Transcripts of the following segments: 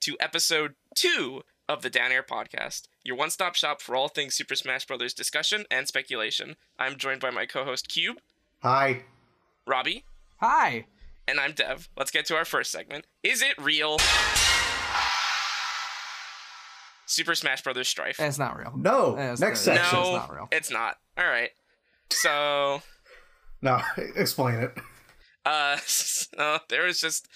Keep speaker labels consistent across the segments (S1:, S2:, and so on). S1: to episode two of the Down Air Podcast, your one stop shop for all things Super Smash Bros. discussion and speculation. I'm joined by my co host Cube,
S2: Hi.
S1: Robbie,
S3: Hi.
S1: and I'm Dev. Let's get to our first segment. Is it real? Super Smash Bros. Strife.
S3: Eh, It's not real.
S2: No.
S3: That's
S2: Next
S3: good.
S2: section.
S1: no,
S3: it's not real.
S1: It's not. All right. So,
S2: No. Explain it.
S1: uh, no, there was just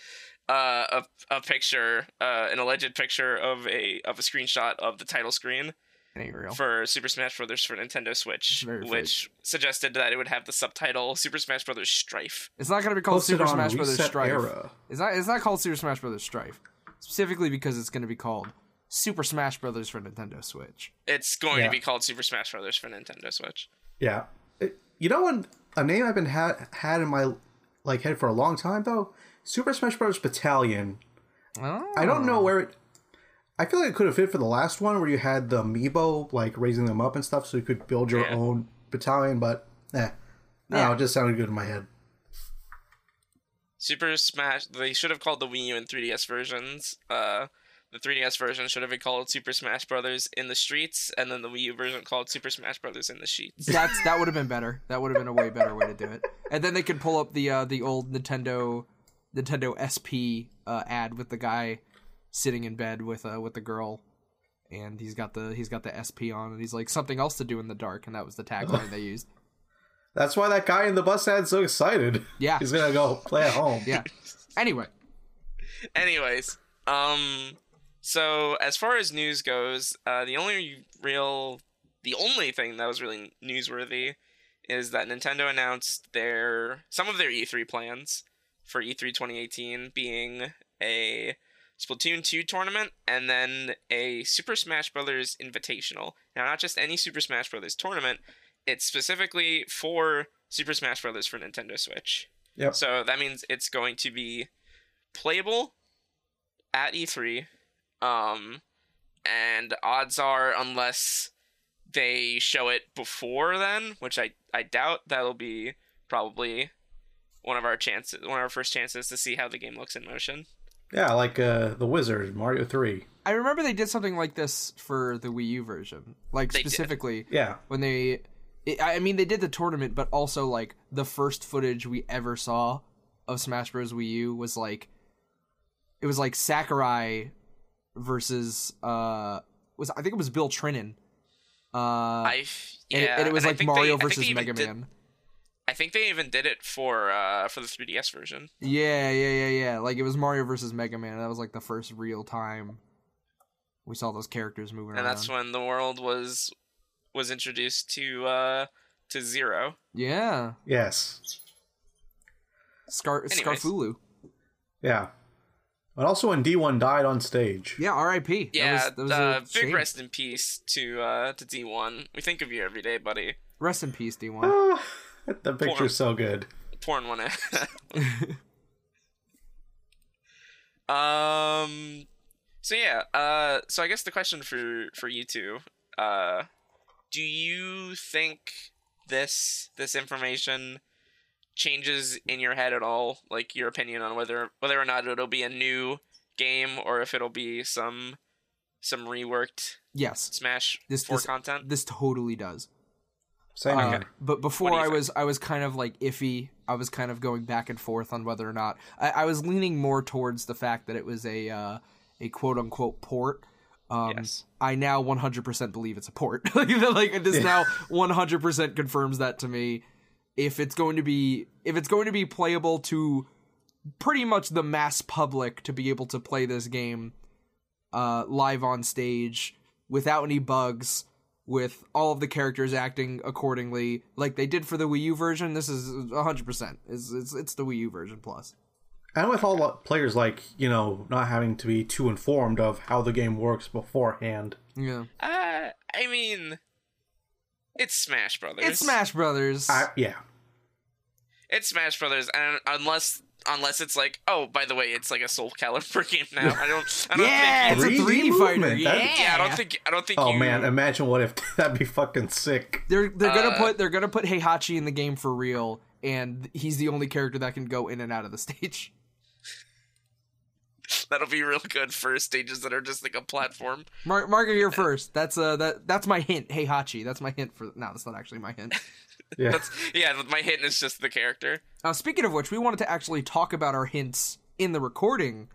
S1: uh, a a picture, uh, an alleged picture of a of a screenshot of the title screen
S3: It ain't real.
S1: for Super Smash Brothers for Nintendo Switch,
S3: very fake.
S1: which suggested that it would have the subtitle Super Smash Brothers Strife.
S3: It's not gonna be called
S2: Posted
S3: Super
S2: on
S3: Smash Brothers
S2: Reset
S3: Strife.
S2: Era.
S3: It's not. It's not called Super Smash Brothers Strife specifically because it's gonna be called Super Smash Brothers for Nintendo Switch.
S1: It's going
S2: Yeah.
S1: to be called Super Smash Brothers for Nintendo Switch.
S2: Yeah. It- you know what? A name I've been ha- had in my like head for a long time though. Super Smash Bros. Battalion.
S3: Oh.
S2: I don't know where it. I feel like it could have fit for the last one where you had the amiibo like raising them up and stuff, so you could build your
S1: Yeah.
S2: own battalion. But eh, no,
S3: Yeah.
S2: it just sounded good in my head.
S1: Super Smash. They should have called the Wii U and 3DS versions. Uh, the 3DS version should have been called Super Smash Brothers in the Streets, and then the Wii U version called Super Smash Brothers in the Sheets.
S3: That's that would have been better. That would have been a way better way to do it. And then they could pull up the uh, the old Nintendo Nintendo SP uh, ad with the guy sitting in bed with uh, with the girl, and he's got the he's got the SP on, and he's like something else to do in the dark, and that was the tagline they used.
S2: That's why that guy in the bus ad's so excited.
S3: Yeah.
S2: he's gonna go play at home.
S3: Yeah. Anyway,
S1: Anyways, um, so as far as news goes, uh, the only real, the only thing that was really newsworthy is that Nintendo announced their some of their E3 plans for E E3 2018 being a Splatoon 2 tournament and then a Super Smash Brothers Invitational. Now, not just any Super Smash Brothers tournament; it's specifically for Super Smash Brothers for Nintendo Switch.
S2: Yep.
S1: So that means it's going to be playable at E3. Um, and odds are, unless they show it before then, which I, I doubt, that'll be probably one of our chances, one of our first chances to see how the game looks in motion.
S2: Yeah, like uh, the Wizard Mario Three.
S3: I remember they did something like this for the Wii U version, like
S1: They did.
S3: specifically
S2: Yeah,
S3: when they. It, I mean, they did the tournament, but also like the first footage we ever saw of Smash Bros. Wii U was like, it was like Sakurai versus uh was I think it was Bill Trinan. Uh,
S1: I yeah,
S3: and, it, and it was
S1: and I
S3: like
S1: think they-
S3: Mario
S1: I think they
S3: versus
S1: even
S3: Mega
S1: did-
S3: Man.
S1: I think they even did it for uh for the 3DS version.
S3: Yeah, yeah, yeah, yeah. Like it was Mario versus Mega Man. That was like the first real time we saw those characters moving around.
S1: and that's when the world was was introduced to uh to zero
S3: yeah,
S2: yes,
S3: Scar
S1: Anyways.
S3: Scarfulu.
S2: yeah. But also when D One died on stage.
S3: Yeah, R.I.P. That
S1: yeah
S3: was- that was a
S1: uh, big
S3: shame.
S1: rest in peace to uh to d1 we think of you every day buddy
S3: Rest in peace, D1.
S2: Ah, the picture's so good.
S1: porn one out. um so yeah uh so i guess the question for for you two uh do you think this this information changes in your head at all like your opinion on whether whether or not it'll be a new game or if it'll be some some reworked
S3: Yes,
S1: smash
S3: This-
S1: 4
S3: this-
S1: content
S3: this totally does.
S2: Same.
S3: Uh,
S2: here.
S3: But before
S1: do you
S3: I
S1: think?
S3: was, I was kind of like iffy. I was kind of going back and forth on whether or not I, I was leaning more towards the fact that it was a uh, a quote unquote port. Um,
S1: yes
S3: I now 100% believe it's a port. like, that- like this
S2: Yeah.
S3: now 100% confirms that to me. If it's going to be if it's going to be playable to pretty much the mass public to be able to play this game uh, live on stage without any bugs, with all of the characters acting accordingly, like they did for the Wii U version, this is 100%. It's it's, it's the Wii U version plus.
S2: And with all the players, like you know, not having to be too informed of how the game works beforehand.
S3: Yeah,
S1: uh i mean it's smash brothers
S3: it's Smash Brothers.
S2: I, yeah,
S1: It's Smash Brothers, and unless unless it's like, oh, by the way, it's like a Soul Calibur game now. I don't, I don't
S3: yeah,
S1: think.
S3: it's a
S2: 3D
S3: 3D fighter.
S2: movement, that-
S1: You, yeah, I don't think. I don't think.
S2: Oh
S1: you,
S2: man, imagine what if that'd be fucking sick.
S3: They're they're gonna
S1: Uh,
S3: put they're gonna put Heihachi in the game for real, and he's the only character that can go in and out of the stage.
S1: That'll be real good for stages that are just like a platform.
S3: Mark, mark it here first. That's uh, that that's my hint. Hey Hachi, that's my hint for. No, that's not actually my hint.
S2: Yeah.
S1: That's yeah. My hint is just the character.
S3: Now, Uh, speaking of which, we wanted to actually talk about our hints in the recording.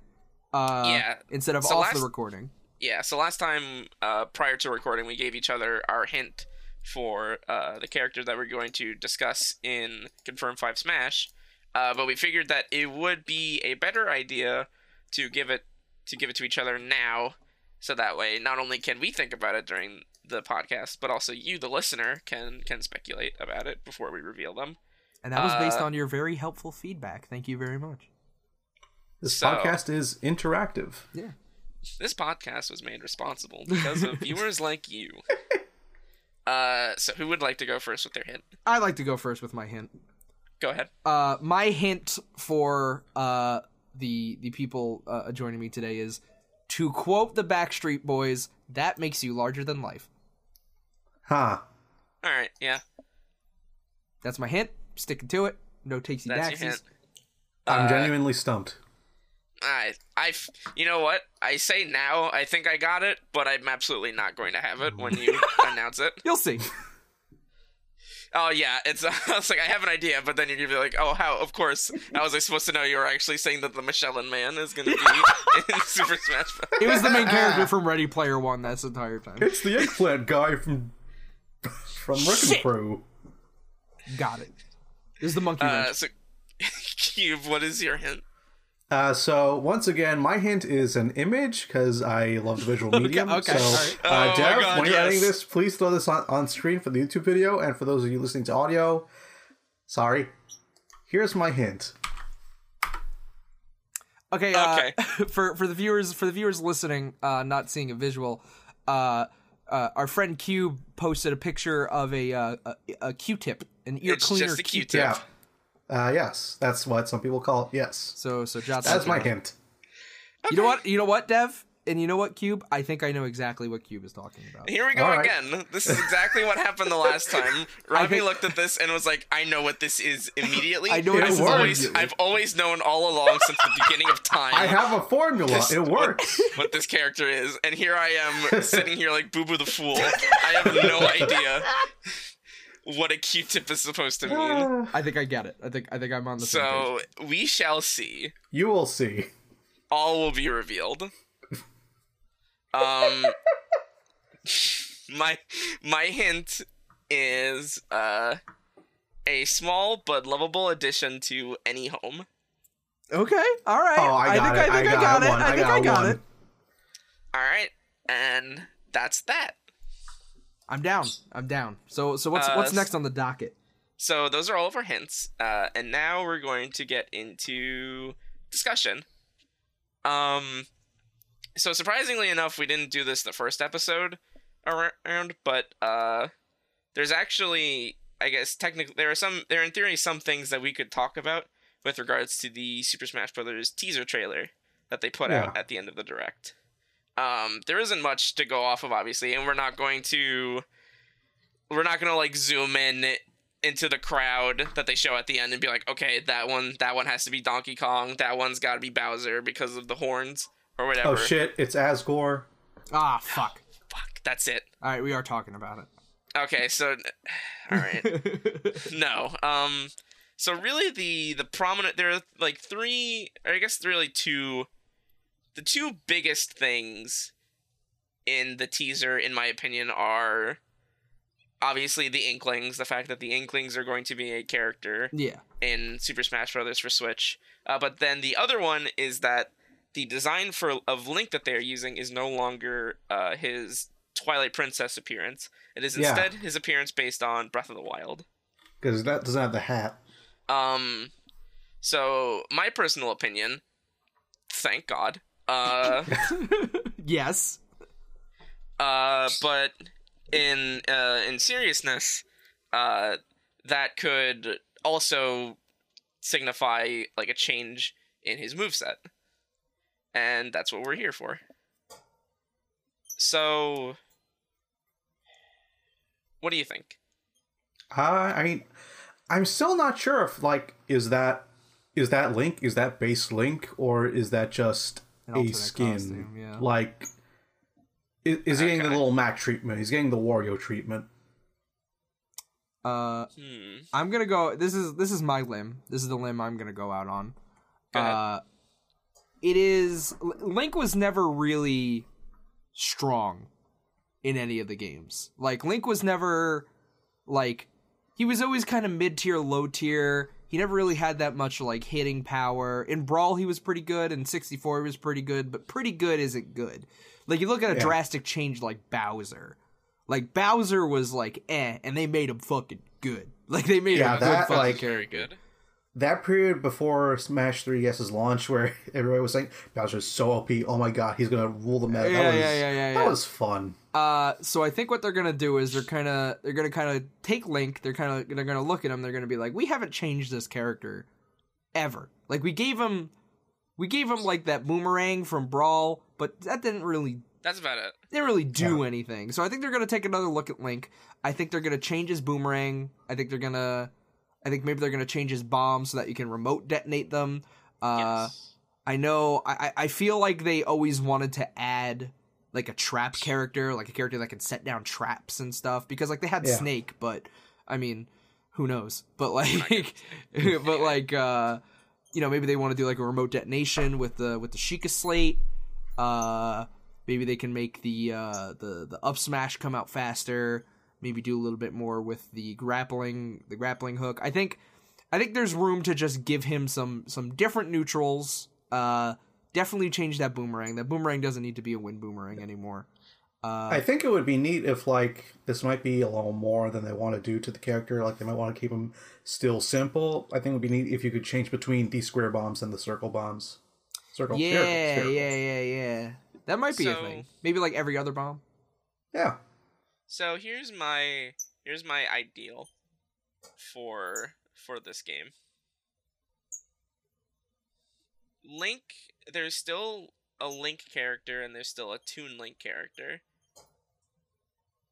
S3: Uh,
S1: Yeah.
S3: Instead of
S1: So
S3: off the
S1: last-
S3: recording.
S1: Yeah. So last time, uh, prior to recording, we gave each other our hint for uh, the character that we're going to discuss in Confirm Five Smash, uh, but we figured that it would be a better idea to give it to give it to each other now, so that way not only can we think about it during the podcast, but also you, the listener, can can speculate about it before we reveal them.
S3: And that was based
S1: Uh,
S3: on your very helpful feedback. Thank you very much.
S2: This
S1: So-
S2: podcast is interactive.
S3: Yeah.
S1: This podcast was made responsible because of viewers like you. Uh, so who would like to go first with their hint?
S3: I like to go first with my hint.
S1: Go ahead.
S3: Uh, my hint for uh, the the people uh, joining me today is to quote the Backstreet Boys, "That makes you larger than life."
S2: Huh.
S1: All right, yeah,
S3: That's my hint. Sticking to it. No takesy
S1: that's your
S3: daxies.
S1: hint.
S2: I'm
S1: Uh,
S2: genuinely stumped.
S1: I, I, f- you know what? I say now, I think I got it, but I'm absolutely not going to have it when you announce it.
S3: You'll see.
S1: Oh yeah, it's. I was like, I have an idea, but then you're gonna be like, oh, how? Of course, how was I supposed to know you were actually saying that the Michelin Man is gonna be in Super Smash Bros.
S3: It was the main character from Ready Player One this entire time.
S2: It's the eggplant guy from from Wrecking
S3: Shit.
S2: Crew.
S3: Got it. This is the monkey
S1: Uh,
S3: wrench.
S1: so, Cube, what is your hint?
S2: Uh, so once again, my hint is an image because I love the visual medium.
S3: okay,
S2: so,
S3: alright.
S1: Oh
S2: uh,
S1: my
S2: Dev,
S1: God,
S2: when you're
S1: yes.
S2: editing this, please throw this on, on screen for the YouTube video. And for those of you listening to audio, sorry. Here's my hint.
S3: Okay. Uh,
S1: Okay.
S3: For for the viewers for the viewers listening, uh, not seeing a visual, uh, uh, our friend Cube posted a picture of a uh, a, a Q-tip, an ear
S1: It's
S3: cleaner
S1: just a
S3: Q-tip.
S1: Q-tip.
S2: Yeah. Uh, yes, that's what some people call it. Yes,
S3: So so jot
S2: that's
S3: that
S2: my
S3: down.
S2: hint.
S3: You know what? You know what, Dev? And you know what, Cube? I think I know exactly what Cube is talking about.
S1: Here we go
S2: All right.
S1: again. This is exactly what happened the last time. Robbie
S3: think-
S1: looked at this and was like, "I know what this is immediately.
S3: I know what
S2: It
S3: this is
S2: worked.
S1: always,
S3: immediately.
S1: I've always known all along since the beginning of time
S2: I have a formula. It works.
S1: what this character is, and here I am sitting here like Boo Boo the Fool. I have no idea what a Q-tip is supposed to mean.
S3: I think I get it. I think I think I'm on the same page.
S1: So we shall see.
S2: you will see.
S1: All will be revealed. Um, my my hint is uh a small but lovable addition to any home.
S3: Okay. All right.
S2: Oh, I got
S3: think
S2: it.
S3: I think I,
S2: got,
S3: got, it.
S2: one.
S3: I think I got
S2: one.
S3: it.
S1: All right, and that's that.
S3: I'm down. I'm down. So so what's
S1: Uh,
S3: what's
S1: s-
S3: next on the docket?
S1: So those are all of our hints, uh, and now we're going to get into discussion. Um, so surprisingly enough, we didn't do this the first episode around, but uh, there's actually, I guess, technically there are some, there are in theory some things that we could talk about with regards to the Super Smash Brothers teaser trailer that they put out
S2: Yeah.
S1: at the end of the direct. Um, there isn't much to go off of, obviously, and we're not going to, we're not going to like zoom in into the crowd that they show at the end and be like, okay, that one, that one has to be Donkey Kong, that one's got to be Bowser because of the horns or whatever.
S2: Oh shit! It's Asgore.
S3: Ah, fuck.
S1: Fuck, that's it.
S3: All right, we are talking about
S1: Okay, so, all right.
S3: it.
S1: no. Um. So really, the the prominent there are like three, or I guess really two, the two biggest things in the teaser, in my opinion, are obviously the Inklings. The fact that the Inklings are going to be a character
S3: yeah.
S1: in Super Smash Brothers for Switch. Uh, but then the other one is that the design for of Link that they are using is no longer uh, his Twilight Princess appearance. It is
S2: Yeah.
S1: instead his appearance based on Breath of the Wild.
S2: Because that doesn't have the hat.
S1: Um, so my personal opinion, thank God. Uh,
S3: yes.
S1: uh, but in uh, in seriousness, uh, that could also signify like a change in his moveset, and that's what we're here for. So, what do you think?
S2: Uh, I mean, I'm still not sure if like is that is that Link? Is that base Link or is that just
S3: an
S2: a
S3: alternate
S2: skin.
S3: costume. Yeah.
S2: Like, is, is he getting the
S1: Okay.
S2: little Mac treatment? He's getting the Wario treatment.
S3: Uh,
S1: Hmm.
S3: I'm gonna go. This is this is my limb. This is the limb I'm gonna go out on.
S1: Go ahead.
S3: Uh, it is L- Link was never really strong in any of the games. Like Link was never like he was always kind of mid tier, low tier. He never really had that much like hitting power. In Brawl, he was pretty good. In 64, he was pretty good, but pretty good isn't good. Like you look at a
S2: Yeah.
S3: drastic change like Bowser. Like Bowser was like eh, and they made him fucking good. Like they made
S2: Yeah,
S3: him a good
S2: that,
S3: fucking
S2: like-
S3: character.
S1: Good.
S2: That period before Smash 3DS's launch, where everybody was saying Bowser's so OP, oh my god, he's gonna rule the map.
S3: Yeah,
S2: that was,
S3: yeah, yeah, yeah,
S2: that
S3: yeah.
S2: was fun.
S3: Uh, so I think what they're gonna do is they're kind of they're gonna kind of take Link. They're kind of they're gonna look at him. They're gonna be like, we haven't changed this character ever. Like we gave him we gave him like that boomerang from Brawl, but that didn't really
S1: That's about it.
S3: didn't really do anything. So I think they're gonna take another look at Link. I think they're gonna change his boomerang. I think they're gonna I think maybe they're gonna change his bomb so that you can remote detonate them. Uh,
S1: yes.
S3: I know. I I I feel like they always wanted to add like a trap character, like a character that can set down traps and stuff. Because like they had
S2: Yeah.
S3: Snake, but I mean, who knows? But like, but like, uh, you know, maybe they want to do like a remote detonation with the with the Sheikah slate. Uh, maybe they can make the uh the the up smash come out faster. Maybe do a little bit more with the grappling the grappling hook. I think I think there's room to just give him some some different neutrals. Uh, definitely change that boomerang. That boomerang doesn't need to be a wind boomerang anymore. Uh,
S2: I think it would be neat if like this might be a little more than they want to do to the character. Like they might want to keep him still simple. I think it would be neat if you could change between the square bombs and the circle bombs. Circle,
S3: yeah,
S2: spherical, spherical.
S3: yeah, yeah, yeah. That might be a
S1: So-
S3: thing. Maybe like every other bomb.
S2: yeah.
S1: So here's my here's my ideal for for this game. Link, there's still a Link character and there's still a Toon Link character.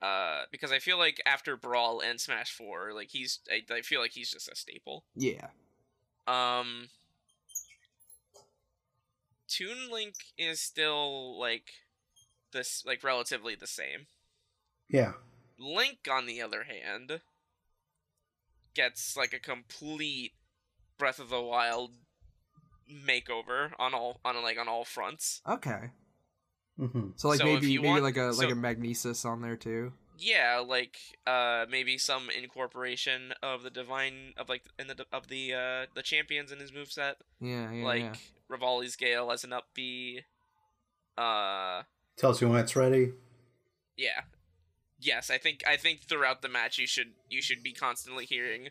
S1: Uh, because I feel like after Brawl and Smash Four, like he's I, I feel like he's just a staple.
S3: Yeah.
S1: Um, Toon Link is still like this, like relatively the same.
S2: Yeah.
S1: Link, on the other hand, gets like a complete Breath of the Wild makeover on all on like on all fronts.
S3: Okay.
S2: hmm
S3: So like
S1: So if
S3: maybe
S1: you
S3: maybe
S1: want-
S3: like a like
S1: so-
S3: a magnesis on there too.
S1: Yeah, like uh maybe some incorporation of the divine of like in the of the uh the champions in his moveset.
S3: Yeah. yeah
S1: like
S3: yeah.
S1: Rivali's Gale as an up B. Uh
S2: Tells you when it's ready.
S1: yeah. Yes, I think I think throughout the match you should you should be constantly hearing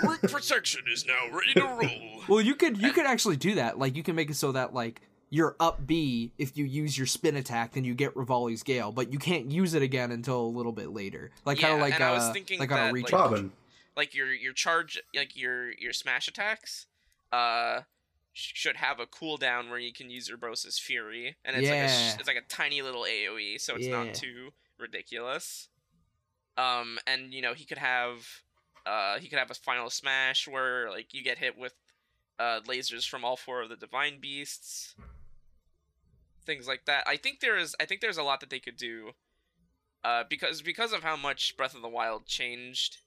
S1: Dark Protection is now ready to roll.
S3: Well, you could you could actually do that. Like you can make it so that like your up B, if you use your spin attack, then you get Rivali's Gale, but you can't use it again until a little bit later. Like kind
S1: Yeah,
S3: of like
S1: and I was
S3: uh,
S1: thinking
S3: like on
S1: that,
S3: a
S1: like-
S3: reach.
S2: Robin.
S1: like your your charge like your your smash attacks uh sh- should have a cooldown where you can use Urbosa's Fury and it's like a
S3: Yeah.
S1: sh- it's like a tiny little AoE so it's
S3: Yeah.
S1: not too ridiculous um and you know he could have uh he could have a final smash where like you get hit with uh lasers from all four of the divine beasts things like that I think there is I think there's a lot that they could do uh because because of how much Breath of the Wild changed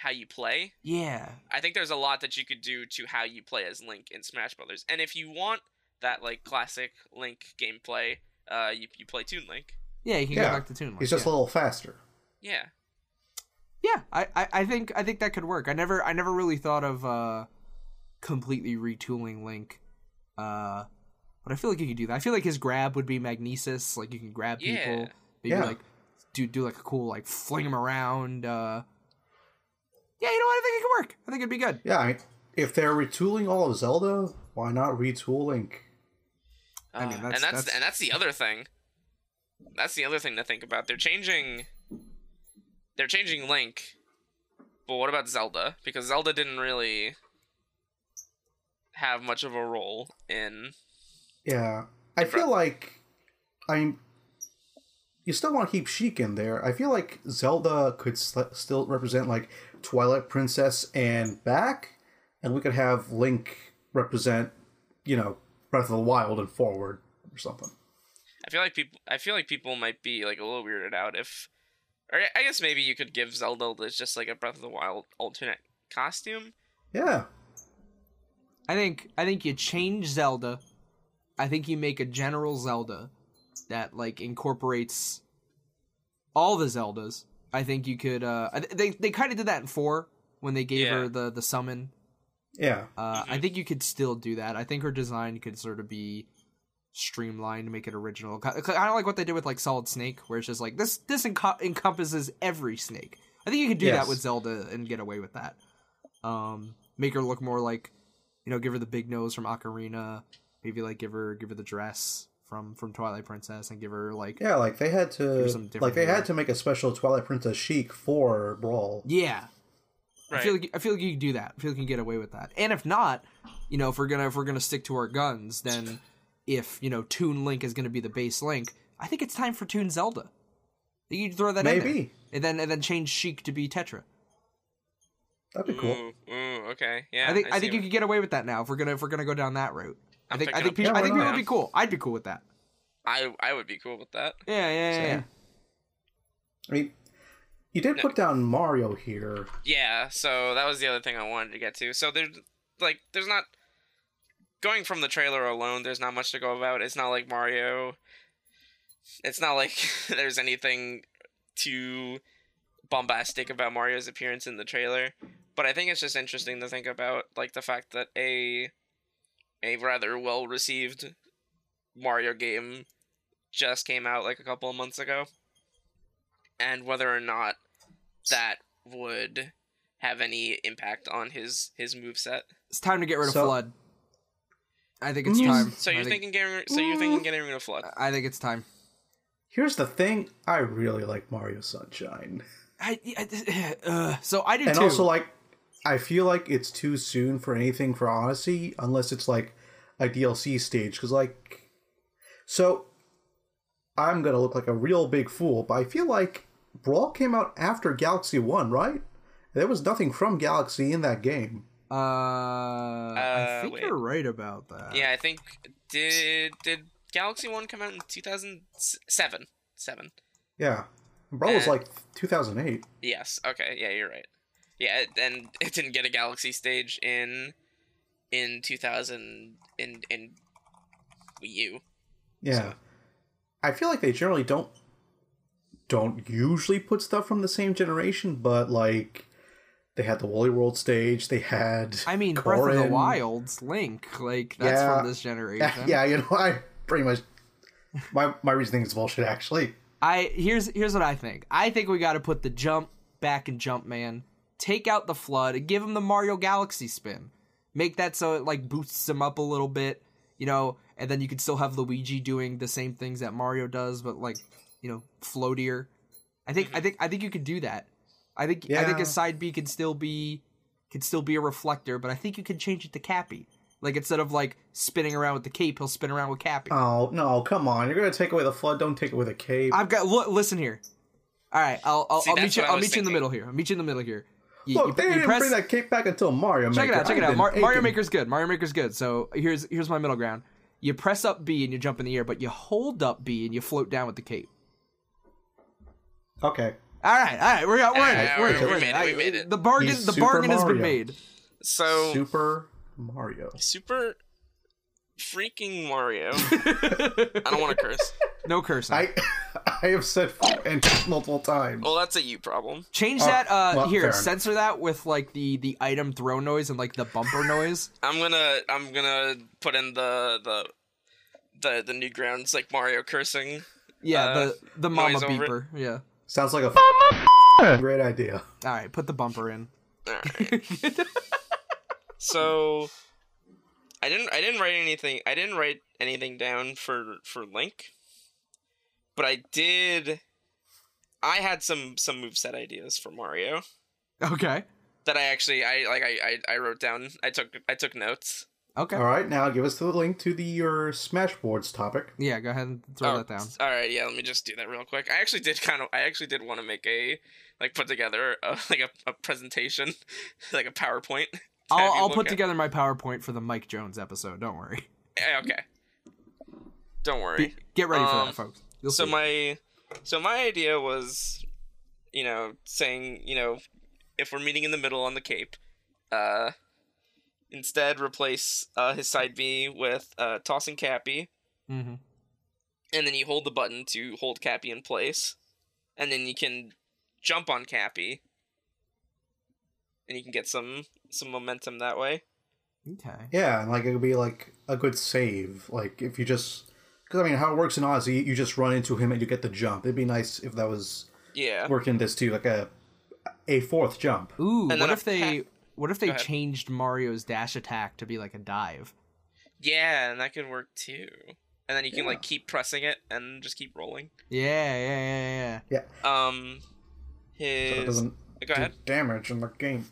S1: how you play.
S3: Yeah.
S1: I think there's a lot that you could do to how you play as Link in Smash Brothers. And if you want that like classic Link gameplay, uh, you you play Toon Link.
S3: Yeah, you can
S2: Yeah.
S3: go back to Toon Link.
S2: He's just
S3: yeah.
S2: a little faster.
S1: Yeah,
S3: Yeah, I, I, I think I think that could work. I never I never really thought of uh completely retooling Link. Uh but I feel like you could do that. I feel like his grab would be magnesis, like you can grab people,
S1: Yeah.
S3: maybe
S2: Yeah.
S3: like do do like a cool like fling him around, uh Yeah, you know what? I think it could work. I think it'd be good.
S2: Yeah. I mean, if they're retooling all of Zelda, why not retool Link?
S1: uh,
S3: I mean, that's-
S1: and that's,
S3: that's-
S1: and that's the other thing. That's the other thing to think about. They're changing. They're changing Link, but what about Zelda? Because Zelda didn't really have much of a role in.
S2: Yeah. I feel like I mean you still want to keep Sheik in there. I feel like Zelda could sl- still represent like Twilight Princess and back and we could have Link represent, you know, Breath of the Wild and forward or something.
S1: I feel like people. I feel like people might be like a little weirded out if, or I guess maybe you could give Zelda that's just like a Breath of the Wild alternate costume.
S2: Yeah,
S3: I think I think you change Zelda. I think you make a general Zelda that like incorporates all the Zeldas. I think you could. Uh, I th- they they kind of did that in four when they gave
S1: Yeah.
S3: her the the summon.
S2: yeah.
S3: Uh, I think you could still do that. I think her design could sort of be streamlined to make it original. Kind of like what they did with like Solid Snake, where it's just like this this enco- encompasses every snake. I think you could do
S2: Yes.
S3: that with Zelda and get away with that. Um, make her look more like, you know, give her the big nose from Ocarina. Maybe like give her give her the dress from from Twilight Princess and give her like
S2: Yeah, like they had
S3: There's some
S2: to
S3: different
S2: like they
S3: hair.
S2: had to make a special Twilight Princess chic for Brawl.
S3: yeah.
S1: Right.
S3: I feel like I feel like you can do that. I feel like you can get away with that. And if not, you know, if we're gonna if we're gonna stick to our guns, then if you know Toon Link is gonna be the base Link, I think it's time for Toon Zelda. You could throw that in there.
S2: Maybe.
S3: and then and then change Sheik to be Tetra.
S2: That'd be cool.
S1: Ooh, ooh, okay. Yeah.
S3: I think I,
S1: see
S3: think you
S1: what-
S3: could get away with that now if we're gonna if we're gonna go down that route. i
S1: I'm
S3: think
S1: picking
S3: I think
S1: up
S3: people
S2: that
S3: I think
S2: one.
S3: people would
S1: Yeah.
S3: be cool. I'd be cool with that.
S1: I I would be cool with that.
S3: Yeah, yeah, yeah. yeah.
S2: Same. I mean, you did
S1: No.
S2: put down Mario here.
S1: Yeah. So that was the other thing I wanted to get to. So there's like there's not going from the trailer alone. There's not much to go about. It's not like Mario. It's not like there's anything too bombastic about Mario's appearance in the trailer. But I think it's just interesting to think about like the fact that a a rather well received Mario game just came out like a couple of months ago. And whether or not that would have any impact on his his moveset.
S3: It's time to get rid of
S2: So-
S3: Flood. I think it's
S2: Mm.
S3: time.
S1: So
S3: I
S1: you're
S3: think, Uh,
S1: thinking getting rid- so you're thinking getting rid of Flood.
S3: I think it's time.
S2: Here's the thing: I really like Mario Sunshine,
S3: I, I- uh, so I do
S2: and
S3: too.
S2: also like I feel like it's too soon for anything for Odyssey unless it's like a DLC stage. Because like, so I'm gonna look like a real big fool, but I feel like Brawl came out after Galaxy One, right? There was nothing from Galaxy in that game.
S3: Uh, I
S1: Uh,
S3: think
S1: wait.
S3: you're right about that.
S1: Yeah, I think did did Galaxy One come out in two thousand seven? Seven.
S2: Yeah. Brawl was
S1: Uh,
S2: like 2008.
S1: Yes. Okay. Yeah, you're right. Yeah, it, and it didn't get a Galaxy stage in in two thousand in in Wii U.
S2: Yeah. I feel like they generally don't don't usually put stuff from the same generation, but like they had the Woolly World stage, they had
S3: I mean, Breath of the
S2: Corrin.
S3: Wild's Link, like that's
S2: Yeah.
S3: from this generation.
S2: Yeah, yeah, you know, I pretty much my my reasoning is bullshit actually.
S3: I here's here's what I think. I think we got to put the jump back in Jumpman, take out the flood, and give him the Mario Galaxy spin. Make that so it like boosts him up a little bit, you know, and then you could still have Luigi doing the same things that Mario does, but like you know, floatier. I think I think I think you could do that. I think I think
S2: Yeah.
S3: a side B can still be can still be a reflector, but I think you can change it to Cappy. Like instead of like spinning around with the cape, he'll spin around with Cappy.
S2: Oh no, come on. You're gonna take away the flood, don't take it with a cave.
S3: I've got. Look, listen here. All right, I'll I'll,
S1: See,
S3: I'll meet
S1: that's
S3: you.
S1: what I
S3: I'll meet
S1: was
S3: you in the
S1: thinking.
S3: middle here. I'll meet you in the middle here. You,
S2: Look,
S3: you-
S2: they
S3: you
S2: didn't
S3: press-
S2: bring that cape back until Mario
S3: check
S2: Maker.
S3: it out. Check
S2: I've
S3: it out.
S2: been
S3: Mar- Mario
S2: aching.
S3: Maker's good. Mario Maker's good. So here's here's my middle ground. You press up B and you jump in the air, but you hold up B and you float down with the cape.
S2: Okay.
S3: All right, all right, we're, we're in it.
S1: Yeah,
S3: We're, in
S1: we-
S3: it,
S1: we
S3: we're in
S1: made it, we made it.
S3: The bargain,
S2: He's
S3: the
S2: Super
S3: bargain has been
S2: Mario.
S3: made.
S1: So
S2: Super Mario.
S1: super freaking Mario. I don't want to curse.
S3: No cursing.
S2: I I have said and multiple times.
S1: Well, that's a you problem.
S3: Change
S2: Oh,
S3: that uh,
S2: well, fair
S3: here.
S2: enough.
S3: Censor that with like the the item throw noise and like the bumper noise.
S1: I'm gonna I'm gonna put in the the the the new grounds like Mario cursing.
S3: Yeah,
S1: Uh,
S3: the the mama
S1: noise over it.
S3: beeper. Yeah.
S2: Sounds like a great idea.
S3: All right, put the bumper in.
S1: Alright. so I didn't I didn't write anything I didn't write anything down for for Link. But I did I had some some moveset ideas for Mario
S3: Okay.
S1: that I actually I like I I, I wrote down. I took I took notes.
S3: Okay.
S2: All right, now give us the link to the your Smash Boards topic.
S3: Yeah, go ahead and throw that down.
S1: All right, Oh, yeah. Let me just do that real quick. I actually did kind of. I actually did want to make a like put together a, like a, a presentation, like a PowerPoint.
S3: I'll,
S1: you
S3: I'll
S1: look
S3: put
S1: at-
S3: together my PowerPoint for the Mike Jones episode. Don't worry.
S1: Eh, Okay. Don't worry.
S3: Get ready for
S1: Um,
S3: that, folks. You'll
S1: so
S3: see.
S1: my so my idea was you know saying you know if we're meeting in the middle on the cape uh instead replace uh his side b with uh tossing cappy
S3: Mhm.
S1: and then you hold the button to hold cappy in place and then you can jump on cappy and you can get some some momentum that way
S3: Okay.
S2: Yeah, and like it would be like a good save. Like if you just, because I mean, how it works in Oz, you, you just run into him and you get the jump. It'd be nice if that was
S1: yeah
S2: working this too, like a a fourth jump.
S3: Ooh,
S1: And
S3: what
S1: then
S3: if
S1: a
S3: they what if they
S1: ahead.
S3: changed Mario's dash attack to be like a dive?
S1: yeah and that could work too and then you can like keep pressing it and just keep rolling
S3: Yeah, yeah, yeah, yeah.
S1: um
S2: So it
S1: his
S2: doesn't
S1: go ahead
S2: do damage in the game.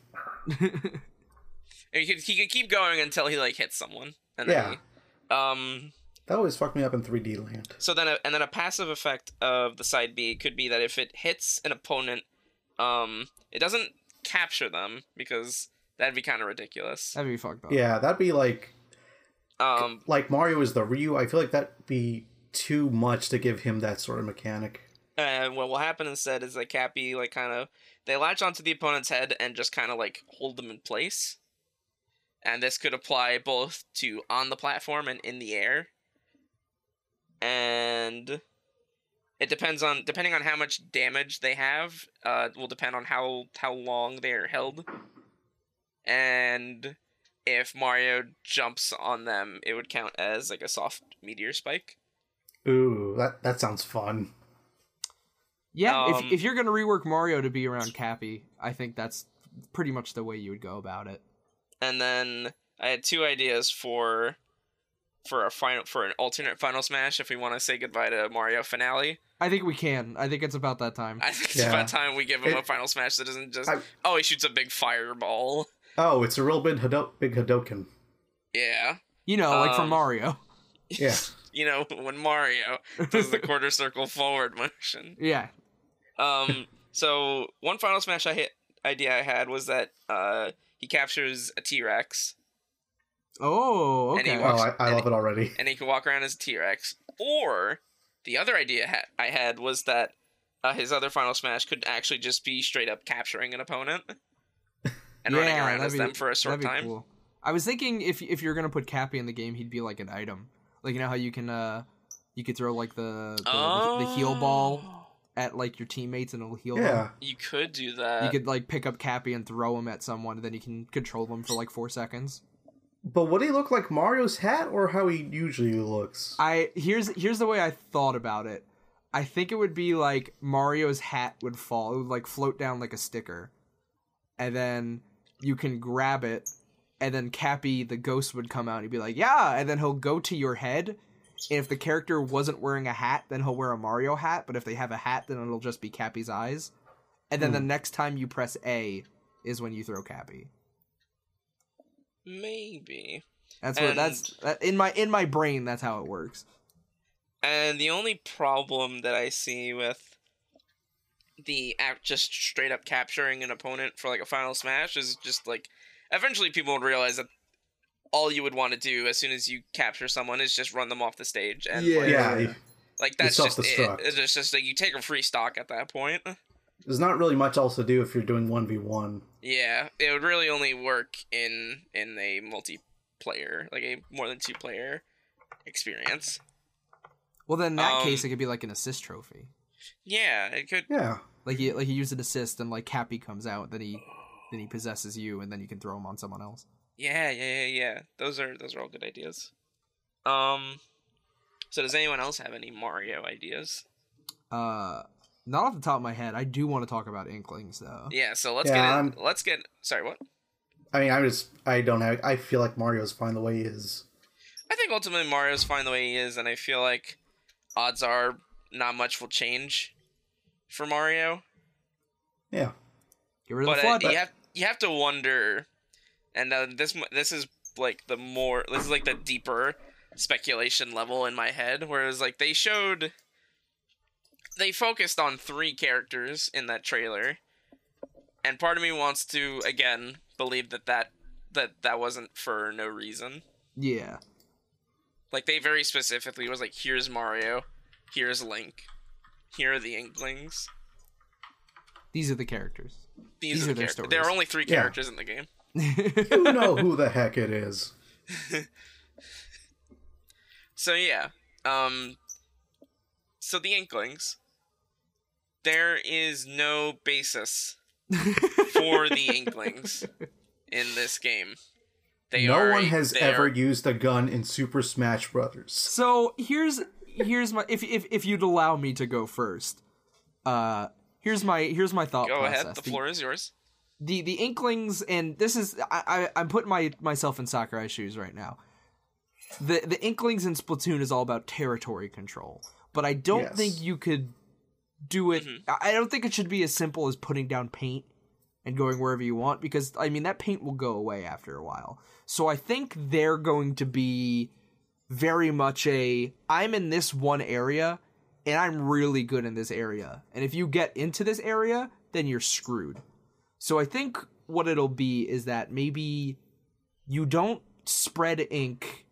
S1: And He could, he could keep going until he like hits someone. And then
S2: Yeah.
S1: He, um.
S2: That always fucked me up in 3D land.
S1: So then, a, and then a passive effect of the side B could be that if it hits an opponent, um, it doesn't capture them because that'd be kind of ridiculous.
S3: That'd be fucked up.
S2: Yeah, that'd be like
S1: Oh. Um.
S2: like Mario is the Ryu. I feel like that'd be too much to give him that sort of mechanic.
S1: And what will happen instead is that Cappy like kind of they latch onto the opponent's head and just kind of like hold them in place. And this could apply both to on the platform and in the air. And it depends on depending on how much damage they have. Uh, will depend on how how long they are held. And if Mario jumps on them, it would count as like a soft meteor spike.
S2: Ooh, that that sounds fun.
S3: Yeah,
S1: Um,
S3: if, if you're gonna rework Mario to be around Cappy, I think that's pretty much the way you would go about it.
S1: and then I had two ideas for for a final for an alternate final smash if we want to say goodbye to Mario finale.
S3: I think we can. I think it's about that time.
S1: I think it's
S2: Yeah.
S1: about time we give him a
S2: It-
S1: final smash that isn't just
S2: I-
S1: oh he shoots a big fireball.
S2: Oh, it's a real big Hado- big Hadoken.
S1: Yeah.
S3: you know, like
S1: um,
S3: from Mario.
S2: Yeah,
S1: You know, when Mario does the quarter circle forward motion.
S3: Yeah.
S1: Um so one final smash I hit idea I had was that uh he captures a T-Rex
S3: Oh,
S1: And he
S3: okay.
S2: oh, I, I
S1: and-
S2: love it already.
S1: and he can walk around as a T-Rex. Or the other idea ha- I had was that uh, his other Final Smash could actually just be straight up capturing an opponent and running
S3: Yeah,
S1: around
S3: that'd
S1: as
S3: be-
S1: them for a short
S3: that'd be
S1: time.
S3: cool. I was thinking if if you're gonna put Cappy in the game, he'd be like an item. Like you know how you can uh you could throw like the the, the, the heal ball
S1: Oh,
S3: at like your teammates and it'll heal
S2: Yeah,
S3: them.
S1: You could do that.
S3: You could like pick up Cappy and throw him at someone, and then you can control them for like four seconds.
S2: but would he look like Mario's hat or how he usually looks?
S3: I here's here's the way I thought about it. I think it would be like Mario's hat would fall, it would like float down like a sticker, and then you can grab it, and then Cappy the ghost would come out and he'd be like, "Yeah," and then he'll go to your head. And if the character wasn't wearing a hat, then he'll wear a Mario hat. But if they have a hat, then it'll just be Cappy's eyes. And then the
S1: Hmm.
S3: next time you press A is when you throw Cappy.
S1: Maybe.
S3: That's what
S1: And-
S3: that's that, in my in my brain. That's how it works.
S1: And the only problem that I see with the app just straight up capturing an opponent for like a final smash is just like eventually people would realize that all you would want to do as soon as you capture someone is just run them off the stage and like,
S2: yeah,
S3: yeah.
S1: like that's
S2: You
S1: just it.
S2: self-destruct.
S1: It's just- just like you take a free stock at that point.
S2: there's not really much else to do if you're doing one v one.
S1: Yeah, it would really only work in in a multiplayer, like a more than two player experience.
S3: Well, then in that
S1: Um,
S3: case, it could be like an assist trophy.
S1: Yeah, it could.
S2: Yeah,
S3: Like he like he used an assist and like Cappy comes out, then he then he possesses you and then you can throw him on someone else.
S1: Yeah, yeah, yeah, yeah. Those are those are all good ideas. Um, so does anyone else have any Mario ideas?
S3: Uh not off the top of my head, I do want to talk about Inklings though.
S1: Yeah, so let's
S2: Yeah,
S1: get in,
S2: I'm-
S1: let's get. Sorry, what?
S2: I mean, I just I don't have. I feel like Mario's fine the way he is.
S1: I think ultimately Mario's fine the way he is, and I feel like odds are not much will change for Mario.
S2: Yeah,
S3: Get rid of
S1: but
S3: the
S1: uh,
S3: flood.
S1: you have you have to wonder, and uh, this m- this is like the more this is like the deeper speculation level in my head, whereas like they showed they focused on three characters in that trailer, and part of me wants to again believe that that that that wasn't for no reason.
S3: yeah.
S1: Like they very specifically was like, here's Mario, here's Link, here are the Inklings.
S3: These are the characters.
S1: These,
S3: These
S1: are, the
S3: are their
S1: characters.
S3: stories.
S1: There are only three
S2: Yeah.
S1: characters in the game.
S2: you know who the heck it is.
S1: So yeah. Um so the Inklings. There is no basis for the Inklings in this game. They
S2: no
S1: are
S2: one
S1: a-
S2: has
S1: they
S2: ever
S1: are-
S2: used a gun in Super Smash Brothers.
S3: So here's here's my if if if you'd allow me to go first. Uh here's my here's my thought
S1: Go
S3: process.
S1: ahead, the floor is yours.
S3: the the inklings and this is I, I I'm putting my myself in Sakurai's shoes right now. The the inklings in Splatoon is all about territory control, but I don't
S2: Yes.
S3: think you could do it. I I don't think it should be as simple as putting down paint and going wherever you want because I mean that paint will go away after a while. So I think they're going to be very much a I'm in this one area and I'm really good in this area. And if you get into this area, then you're screwed. So I think what it'll be is that maybe you don't spread ink.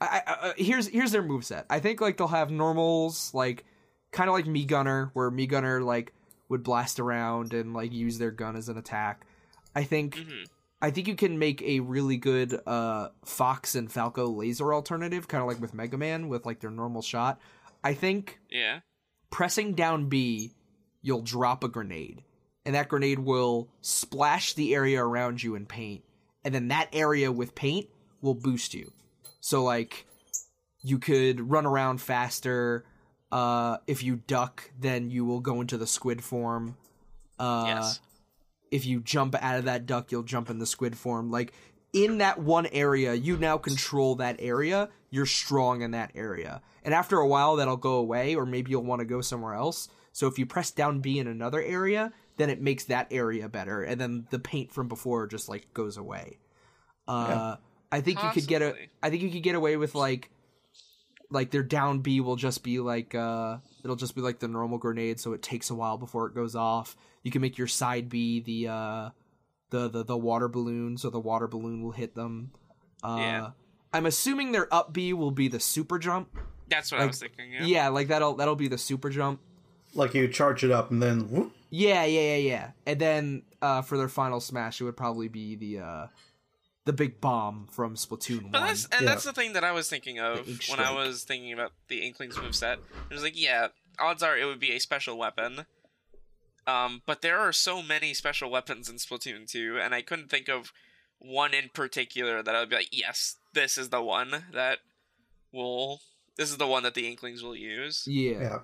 S3: I, I, I, here's here's their moveset. I think like they'll have normals like kind of like me gunner where me gunner like would blast around and like use their gun as an attack. I think
S1: Mhm.
S3: I think you can make a really good uh Fox and Falco laser alternative kind of like with Mega Man with like their normal shot. I think
S1: Yeah.
S3: pressing down B, you'll drop a grenade. And that grenade will splash the area around you in paint. And then that area with paint will boost you. So, like, you could run around faster. Uh, if you duck, then you will go into the squid form. Uh,
S1: yes.
S3: If you jump out of that duck, you'll jump in the squid form. Like, in that one area, you now control that area. You're strong in that area. And after a while, that'll go away, or maybe you'll want to go somewhere else. So if you press down B in another area, then it makes that area better. And then the paint from before just like goes away. Uh, I think you could get a,
S1: Possibly.
S3: I think you could get away with like, like their down B will just be like, uh, it'll just be like the normal grenade. So it takes a while before it goes off. You can make your side B the, uh, the the, the water balloon, so the water balloon will hit them. Uh,
S1: Yeah.
S3: I'm assuming their up B will be the super jump.
S1: That's what I
S3: like,
S1: was thinking.
S3: Yeah.
S1: Yeah.
S3: like that'll that'll be the super jump.
S2: Like you charge it up and then whoop,
S3: Yeah, yeah, yeah, yeah. And then uh, for their final smash, it would probably be the uh, the big bomb from Splatoon
S1: But
S3: One.
S1: Oh, that's and
S2: Yeah.
S1: that's the thing that I was thinking of
S3: Um, The ink
S1: when I
S3: strike.
S1: was thinking about the Inklings moveset. It was like, yeah, odds are it would be a special weapon. Um, but there are so many special weapons in Splatoon 2, and I couldn't think of one in particular that I would be like, yes, this is the one that will this is the one that the Inklings will use.
S3: yeah.
S2: yeah.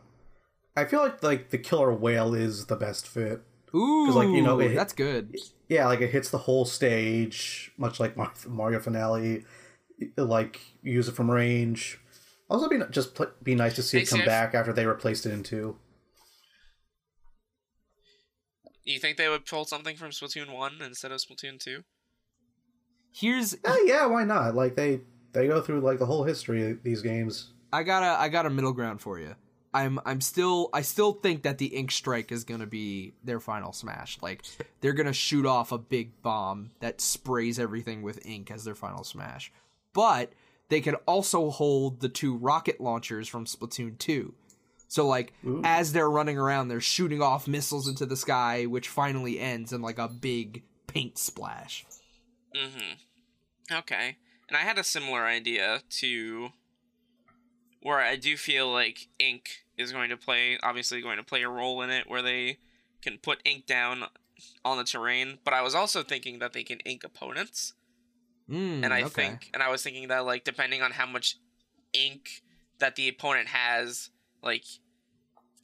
S2: I feel like like the killer whale is the best fit.
S3: Ooh,
S2: like, you know, it-
S3: that's good.
S2: Yeah, like it hits the whole stage, much like Mar- Mario Finale. Like you use it from range. Also, be just pl- be nice to see
S1: Hey,
S2: it come
S1: Sif.
S2: back after they replaced it in two.
S1: You think they would pull something from Splatoon 1 instead of Splatoon 2?
S3: Here's
S2: Yeah, Oh, yeah, why not? Like they they go through like the whole history of these games.
S3: I got a I got a middle ground for you. I'm I'm still I still think that the Ink Strike is gonna be their final smash. Like they're gonna shoot off a big bomb that sprays everything with ink as their final smash. But they can also hold the two rocket launchers from Splatoon 2. So like as they're running around, they're shooting off missiles into the sky, which finally ends in like a big paint splash.
S1: Mm-hmm. Okay. And I had a similar idea to where I do feel like ink is going to play obviously going to play a role in it where they can put ink down on the terrain, but I was also thinking that they can ink opponents.
S3: Mm,
S1: And I
S3: okay.
S1: think and I was thinking that like depending on how much ink that the opponent has, like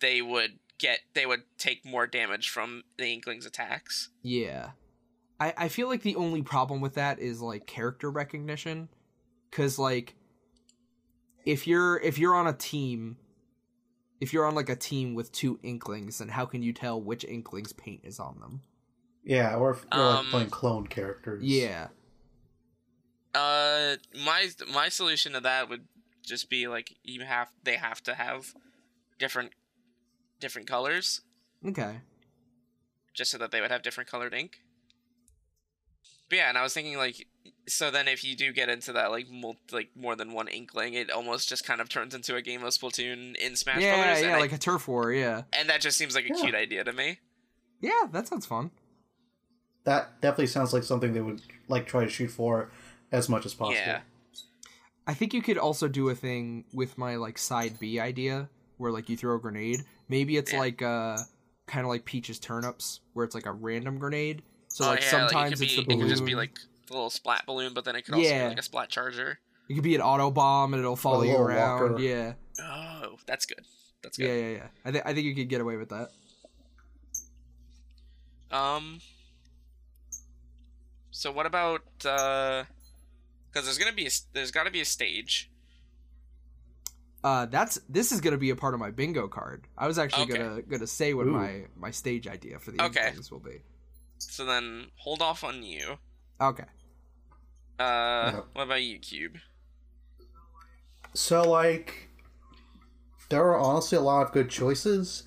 S1: they would get they would take more damage from the inkling's attacks.
S3: Yeah. I, I feel like the only problem with that is like character recognition. Cause like if you're if you're on a team if you're on like a team with two inklings, then how can you tell which inkling's paint is on them?
S2: Yeah, or if you're
S1: Um,
S2: like playing clone characters.
S3: Yeah.
S1: Uh, my my solution to that would just be like you have they have to have different different colors
S3: Okay.
S1: just so that they would have different colored ink. But yeah, and I was thinking like so then if you do get into that like mul- like more than one inkling, it almost just kind of turns into a game of Splatoon in Smash
S3: yeah,
S1: Brothers.
S3: yeah,
S1: and, I-
S3: like a turf war. Yeah,
S1: and that just seems like a
S2: Yeah.
S1: cute idea to me.
S3: yeah, that sounds fun.
S2: That definitely sounds like something they would like try to shoot for as much as possible.
S1: Yeah.
S3: I think you could also do a thing with my like side B idea where like you throw a grenade. Maybe it's
S1: Yeah.
S3: like uh kind of like Peach's turnips where it's like a random grenade. So
S1: oh,
S3: like
S1: yeah, like, it
S3: sometimes
S1: could
S3: it's
S1: be,
S3: the balloon.
S1: It could just be like a little splat balloon, but then it could also
S3: Yeah.
S1: be like a splat charger.
S3: it could be an auto bomb and it'll follow you
S2: little
S3: around.
S2: walker.
S3: Yeah.
S1: Oh, that's good. That's
S3: Yeah,
S1: good.
S3: yeah, yeah. I think I think you could get away with that.
S1: Um. So what about uh? Because there's gonna be a, s- there's got to be a stage.
S3: Uh that's this is going to be a part of my bingo card. I was actually
S1: Okay.
S3: going to going to say what
S2: Ooh.
S3: my my stage idea for the
S1: Okay.
S3: things will be.
S1: So then hold off on you.
S3: Okay.
S1: Uh,
S2: No.
S1: what about you, Cube?
S2: So like there are honestly a lot of good choices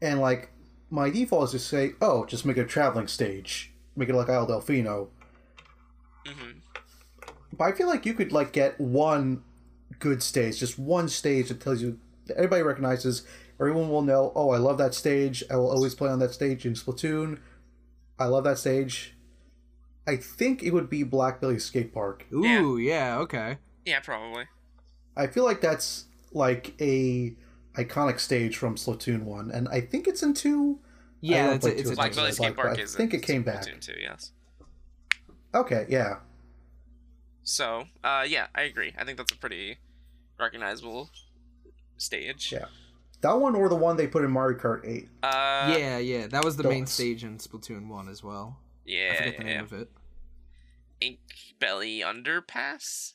S2: and like my default is to say, oh, just make a traveling stage. Make it like Isle Delfino.
S1: hmm
S2: But I feel like you could like get one good stage, just one stage that tells you that everybody recognizes, everyone will know, oh I love that stage, I will always play on that stage in Splatoon. I love that stage. I think it would be Blackberry Skate Park.
S1: Yeah.
S3: Ooh, yeah, okay.
S1: Yeah, probably.
S2: I feel like that's like a iconic stage from Splatoon one, and I think it's in two. I
S3: Yeah,
S2: don't
S3: it's a,
S2: play
S3: it's
S2: too
S3: a
S2: much.
S1: Black
S2: Like,
S3: thing.
S1: Valley Skate
S2: but
S1: Park
S2: I
S1: is.
S2: think
S1: in
S2: it came back.
S1: Splatoon 2, yes.
S2: Okay, yeah,
S1: So, uh, yeah, I agree. I think that's a pretty recognizable stage.
S2: yeah, that one or the one they put in Mario Kart eight.
S1: Uh, yeah,
S3: Yeah, yeah. That was the main
S2: Dogs.
S3: stage in Splatoon 1 as well. I
S1: yeah,
S3: forget the name
S1: yeah.
S3: of it.
S1: Ink Belly Underpass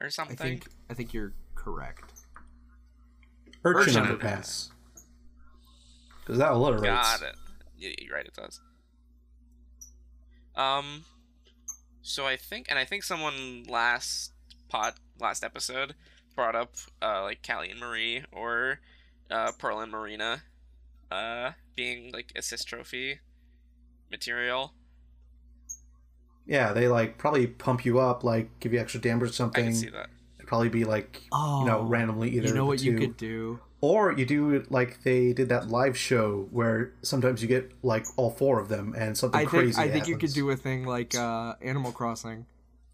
S1: or
S3: I
S1: something.
S3: think I think you're correct.
S2: Urchin
S1: Urchin
S2: Underpass. Because that alliterates.
S1: Got it. Yeah, you're right. It does. Um, so I think, and I think someone last pot last episode brought up uh, like Callie and Marie or uh, Pearl and Marina uh, being like assist trophy material.
S2: Yeah, they like probably pump you up, like give you extra damage
S1: I
S2: or something.
S1: can see that.
S2: It'd probably be like
S3: Oh,
S2: you know randomly either.
S3: You know
S2: of the
S3: what you
S2: two.
S3: could do?
S2: Or you do it like they did that live show where sometimes you get like all four of them and something
S3: I
S2: crazy.
S3: think I think you could
S2: happens.
S3: do a thing like uh, Animal Crossing,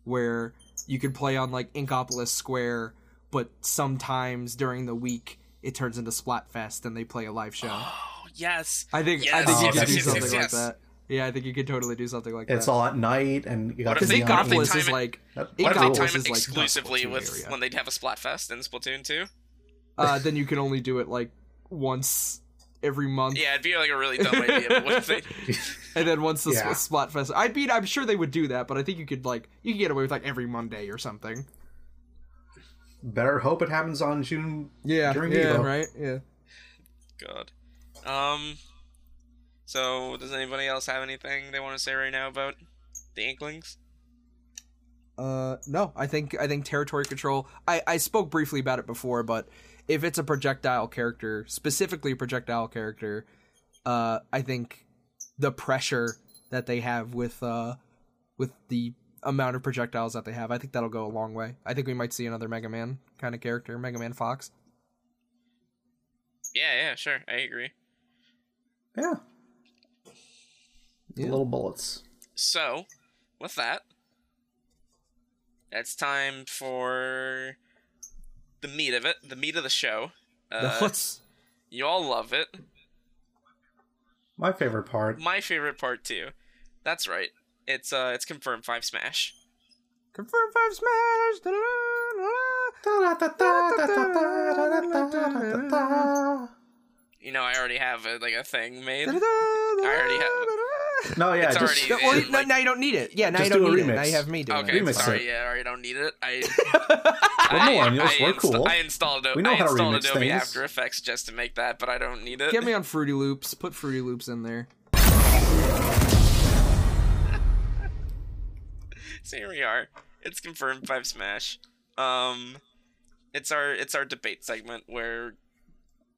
S3: where you could play on like Inkopolis Square, but sometimes during the week it turns into Splatfest and they play a live show.
S1: Oh yes.
S3: I think I
S1: Yes,
S3: think you
S2: yes,
S3: could do
S2: yes, yes,
S3: something
S2: yes,
S3: like
S1: yes.
S3: that. Yeah, I think you could totally do something like
S2: And It's
S3: that.
S2: all at night, and you got
S1: What
S2: to
S1: if they
S2: be
S1: got-
S2: on
S1: if they
S3: Inkopolis
S1: time
S3: is
S1: it-
S3: like
S1: What
S2: That-
S1: if
S2: that
S1: they
S3: Inkopolis
S2: rules.
S1: time
S3: is,
S1: it
S3: like, not
S1: exclusively
S3: Splatoon
S1: with
S3: area.
S1: when they'd have a Splatfest in Splatoon 2?
S3: uh, then you can only do it like once every month.
S1: Yeah, it'd be like a really dumb idea. But what if they?
S3: And then once the
S2: Yeah.
S3: spot fest, I mean, I'm sure they would do that, but I think you could like you could get away with like every Monday or something.
S2: Better hope it happens on June.
S3: Yeah,
S2: During yeah, Evo.
S3: right, yeah.
S1: God. Um. So, does anybody else have anything they want to say right now about the Inklings?
S3: Uh, no, I think I think territory control. I I spoke briefly about it before, but if it's a projectile character, specifically a projectile character, uh, I think the pressure that they have with uh with the amount of projectiles that they have, I think that'll go a long way. I think we might see another Mega Man kind of character, Mega Man Fox.
S1: Yeah, yeah, sure, I agree.
S2: Yeah.
S3: Yeah.
S2: Little bullets.
S1: So, with that, it's time for the meat of it, the meat of the show.
S3: the
S1: Uh,
S3: hoots.
S1: you all love it.
S2: My favorite part.
S1: My favorite part too. That's right. It's uh, it's confirmed five smash.
S3: Confirm five smash. da-da-da-da-da.
S1: You know, I already have a, like a thing made.
S3: I
S1: already
S3: have.
S2: No, yeah,
S1: It's
S2: just
S1: already-
S3: well,
S1: It,
S3: no,
S1: like-
S3: now you don't need it. Yeah, now you
S2: Just
S3: don't
S2: do a
S3: need it.
S2: remix.
S3: Now you have me doing
S1: Okay,
S3: it.
S2: Remix
S1: sorry.
S2: it.
S1: Yeah, I already don't need it. I
S2: Well, no, I mean,
S1: I,
S2: we're
S1: insta-
S2: cool.
S1: I installed,
S2: We know
S1: I
S2: how to
S1: installed
S2: remix
S1: Adobe
S2: things.
S1: After Effects just to make that, but I don't need it.
S3: Get me on Fruity Loops. Put Fruity Loops in there.
S1: so here we are. It's confirmed five smash. Um, it's our it's our debate segment where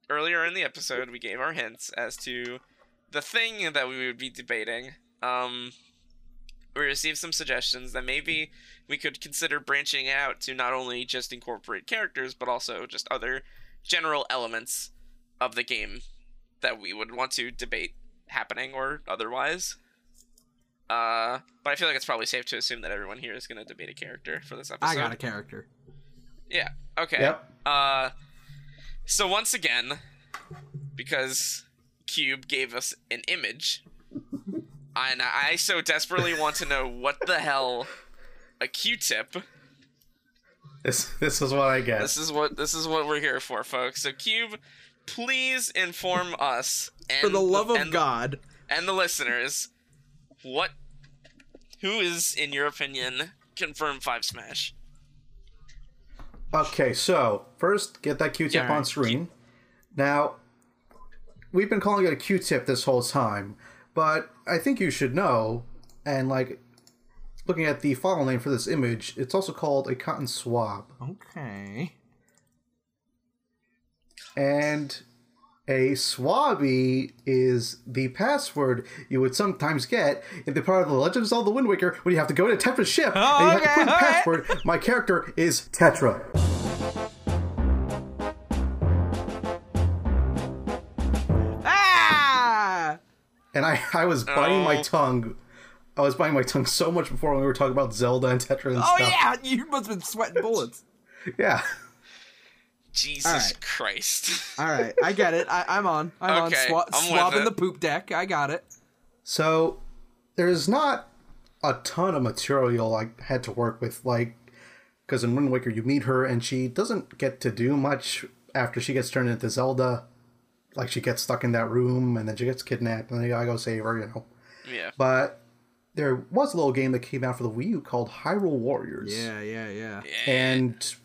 S1: earlier in the episode we gave our hints as to the thing that we would be debating. Um, we received some suggestions that maybe we could consider branching out to not only just incorporate characters but also just other general elements of the game that we would want to debate happening or otherwise. Uh, but I feel like it's probably safe to assume that everyone here is going to debate a character for this episode.
S3: I got a character.
S1: Yeah. Okay.
S2: Yep.
S1: Uh, so once again, because Cube gave us an image, and I so desperately want to know what the hell a Q-tip.
S2: This this is what I
S1: This
S2: guess.
S1: is what this is what we're here for, folks. So Cube, please inform us and
S3: For the love of
S1: and-
S3: God,
S1: and the listeners, what, who is in your opinion confirmed Five Smash?
S2: Okay, so first get that Q-tip
S3: Yeah,
S2: on screen. Now, we've been calling it a Q-tip this whole time, but I think you should know. And like, looking at the file name for this image, it's also called a cotton swab.
S3: okay.
S2: And a swabby is the password you would sometimes get in the part of the Legend of Zelda Wind Waker when you have to go to Tetra's ship and you have to put
S3: Okay,
S2: in the
S3: all right.
S2: password. My character is Tetra.
S3: Ah!
S2: And I, I was biting my
S1: Oh.
S2: tongue. I was biting my tongue so much before when we were talking about Zelda and Tetra and
S3: Oh
S2: stuff.
S3: yeah, you must have been sweating bullets.
S2: Yeah. Yeah.
S1: Jesus
S3: right.
S1: Christ!
S3: All right, I get it. I, I'm on. I'm
S1: Okay,
S3: on. Swa-
S1: I'm with
S3: swabbing
S1: it.
S3: the poop deck. I got it.
S2: So there's not a ton of material I had to work with, like because in Wind Waker you meet her and she doesn't get to do much after she gets turned into Zelda. Like she gets stuck in that room and then she gets kidnapped and then you gotta go save her, you know.
S1: yeah.
S2: But there was a little game that came out for the Wii U called Hyrule Warriors.
S3: Yeah, yeah, yeah.
S2: And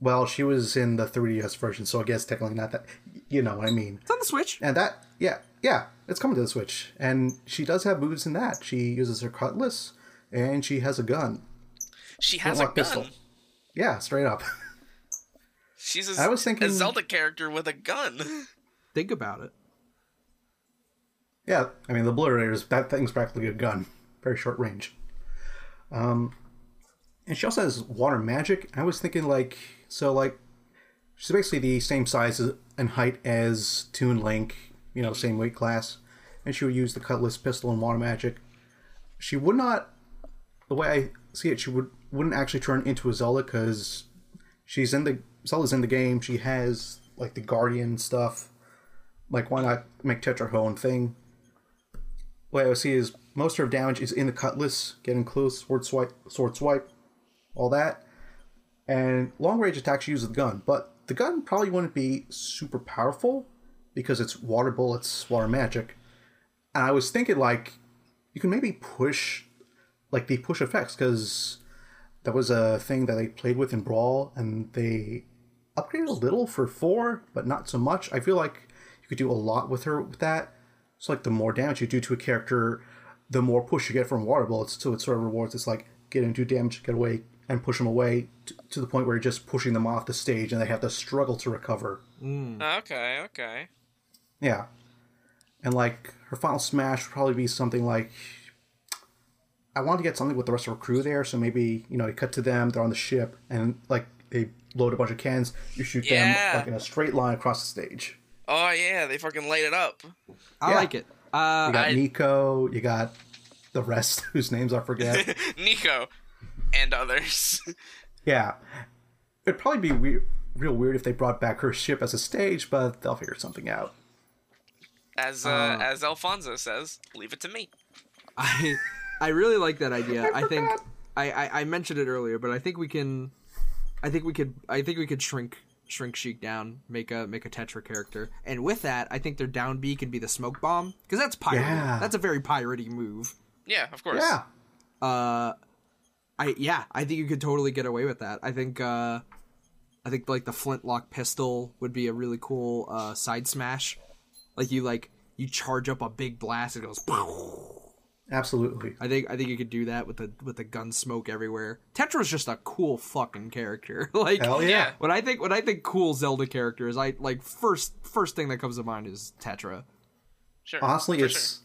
S2: well, she was in the 3DS version, so I guess technically not that. You know what I mean?
S3: It's on the Switch.
S2: And that, yeah, yeah, it's coming to the Switch, and she does have moves in that. She uses her cutlass, and she has a gun.
S1: She has a gun.
S2: Flintlock pistol. Yeah, straight up.
S1: She's a,
S2: I was thinking-
S1: a Zelda character with a gun.
S3: Think about it.
S2: yeah, I mean the obliterator is that thing's practically a gun, very short range. Um, and she also has water magic. I was thinking like so like she's basically the same size and height as Toon Link, you know, same weight class, and she would use the cutlass, pistol, and water magic. She would not, the way I see it, she would wouldn't actually turn into a Zelda because she's in the Zelda's in the game. She has like the guardian stuff. Like, why not make Tetra her own thing? What I see is most of her damage is in the cutlass, getting close, sword swipe, sword swipe, all that and long range attacks use the gun, but the gun probably wouldn't be super powerful because it's water bullets, water magic. And I was thinking like you can maybe push like the push effects because that was a thing that they played with in Brawl and they upgraded a little for four, but not so much. I feel like you could do a lot with her with that. So like the more damage you do to a character, the more push you get from water bullets. So it sort of rewards. It's like get him do damage, get away, and push him away t- to the point where you're just pushing them off the stage and they have to struggle to recover.
S1: okay, okay.
S2: Yeah. And like her final smash would probably be something like I want to get something with the rest of her crew there, so maybe, you know, you cut to them, they're on the ship, and like they load a bunch of cans, you shoot
S1: Yeah.
S2: them like in a straight line across the stage.
S1: Oh yeah, they fucking light it up.
S3: I
S2: Yeah.
S3: like it. Uh,
S2: You got
S1: I-
S2: Nico, you got the rest whose names I forget.
S1: Nico and others.
S2: yeah. It'd probably be we- real weird if they brought back her ship as a stage, but they'll figure something out.
S1: As uh, as Alfonso says, leave it to me.
S3: I I really like that idea. I, think
S2: forgot.
S3: I, I I mentioned it earlier, but I think we can I think we could I think we could shrink shrink Sheik down, make a make a Tetra character. And with that, I think their down B can be the smoke bomb because that's pirate.
S2: Yeah.
S3: That's a very piratey move.
S1: Yeah, of course.
S2: Yeah.
S3: I yeah, I think you could totally get away with that. I think uh I think like the flintlock pistol would be a really cool uh side smash. Like you like you charge up a big blast it goes pow.
S2: Absolutely.
S3: I think I think you could do that with the with the gun smoke everywhere. Tetra's just a cool fucking character. like
S2: Hell yeah.
S1: Yeah.
S3: when I think when I think cool Zelda characters, I like first first thing that comes to mind is Tetra.
S1: Sure.
S2: Honestly,
S1: for
S2: it's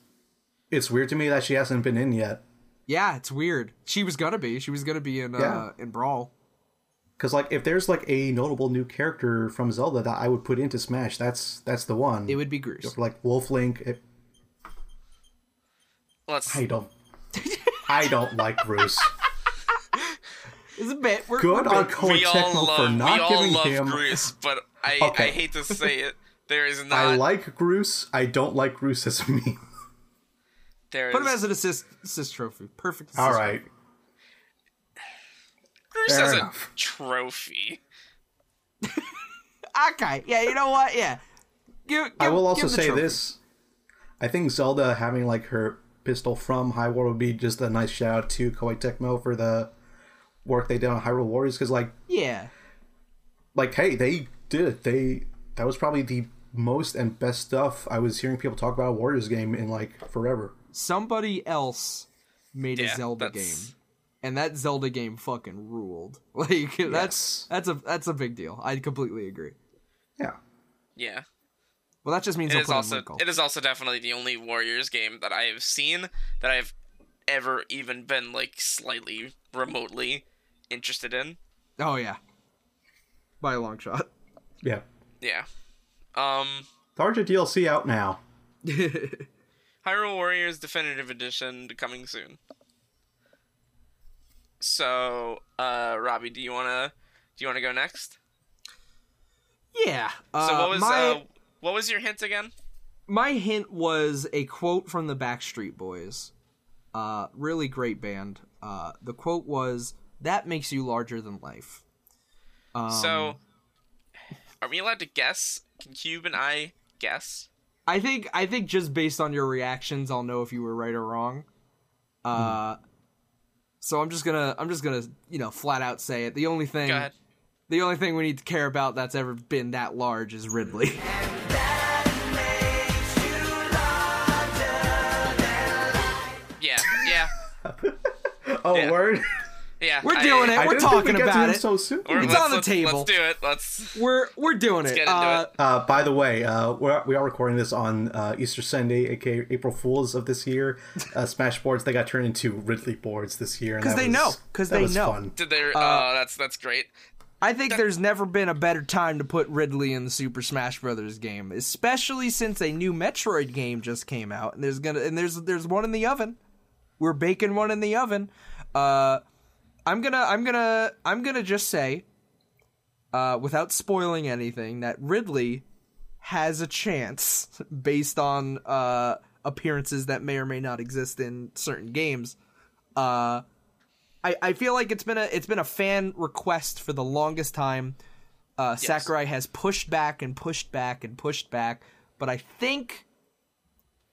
S2: it's weird to me that she hasn't been in yet.
S3: Yeah, it's weird. She was gonna be. She was gonna be in uh
S2: Yeah.
S3: in Brawl.
S2: Because like if there's like a notable new character from Zelda that I would put into Smash, that's that's the one.
S3: It would be Groose.
S2: like Wolf Link. It,
S1: Let's
S2: I don't. I don't like Bruce.
S3: It's a bit. We're,
S2: Good
S3: we're
S2: on
S3: big.
S1: we
S2: Koei
S1: all
S2: Tecmo
S1: love
S2: for
S1: we
S2: not
S1: all
S2: giving
S1: love
S2: him.
S1: Greece, but I I
S2: Okay.
S1: hate to say it, there is not
S2: I like Bruce. I don't like Bruce as a meme.
S1: there
S3: Put him as
S1: is
S3: an assist assist trophy. Perfect. Assist
S2: All right.
S1: Greece
S2: fair
S1: as a
S2: enough.
S1: trophy.
S3: Okay. Yeah. You know what? Yeah. Give,
S2: I
S3: give-
S2: will
S3: give
S2: also
S3: him the
S2: say
S3: trophy.
S2: this. I think Zelda having like her pistol from High War would be just a nice shout out to Koei Tecmo for the work they did on Hyrule Warriors because like
S3: Yeah.
S2: like hey they did it they that was probably the most and best stuff I was hearing people talk about a Warriors game in like forever.
S3: Somebody else made
S1: Yeah,
S3: a Zelda
S1: that's-
S3: game, and that Zelda game fucking ruled. Like that's that's a that's a big deal. I completely agree.
S2: Yeah.
S1: Yeah.
S3: Well, that just means
S1: It
S3: he'll
S1: is
S3: put in
S1: also
S3: Link Call.
S1: it is also definitely the only Warriors game that I have seen that I've ever even been like slightly remotely interested in.
S3: Oh yeah. By a long shot.
S2: Yeah.
S1: Yeah. Um
S2: The Archer DLC out now.
S1: Hyrule Warriors Definitive Edition coming soon. So, uh Robbie, do you wanna do you wanna go next?
S3: yeah.
S1: so
S3: uh,
S1: what was
S3: my
S1: uh, what was your hint again?
S3: my hint was a quote from the Backstreet Boys. Uh, really great band. Uh, the quote was, "That makes you larger than life." Um,
S1: so are we allowed to guess? Can Cube and I guess?
S3: I think I think just based on your reactions, I'll know if you were right or wrong. Uh, so I'm just gonna I'm just gonna you know flat out say it. The only thing
S1: Go ahead.
S3: the only thing we need to care about that's ever been that large is Ridley.
S1: Yeah, yeah.
S2: Oh
S1: Yeah.
S2: word.
S1: Yeah.
S3: We're
S1: I-
S3: doing it.
S2: I
S3: We're
S2: didn't think we
S3: talking
S2: got to
S3: about
S2: him
S3: it.
S2: so soon.
S1: Or
S3: It's
S1: let's-
S3: on the
S1: let's-
S3: table.
S1: Let's do it. Let's.
S3: We're we're doing it.
S1: get into
S3: Uh,
S2: Uh, by the way, uh, we're, we are recording this on uh, Easter Sunday, aka April Fools of this year. Uh, Smash boards they got turned into Ridley boards this year
S3: 'Cause
S2: because
S3: they know, 'cause they know.
S2: Fun.
S1: Did there?
S3: Uh,
S1: oh, that's that's great.
S3: I think there's never been a better time to put Ridley in the Super Smash Brothers game, especially since a new Metroid game just came out, and there's gonna and there's there's one in the oven. We're baking one in the oven. Uh, I'm gonna I'm gonna I'm gonna just say, uh, without spoiling anything, that Ridley has a chance based on uh, appearances that may or may not exist in certain games. Uh, I, I feel like it's been a it's been a fan request for the longest time. Uh, Sakurai has pushed back and pushed back and pushed back, but I think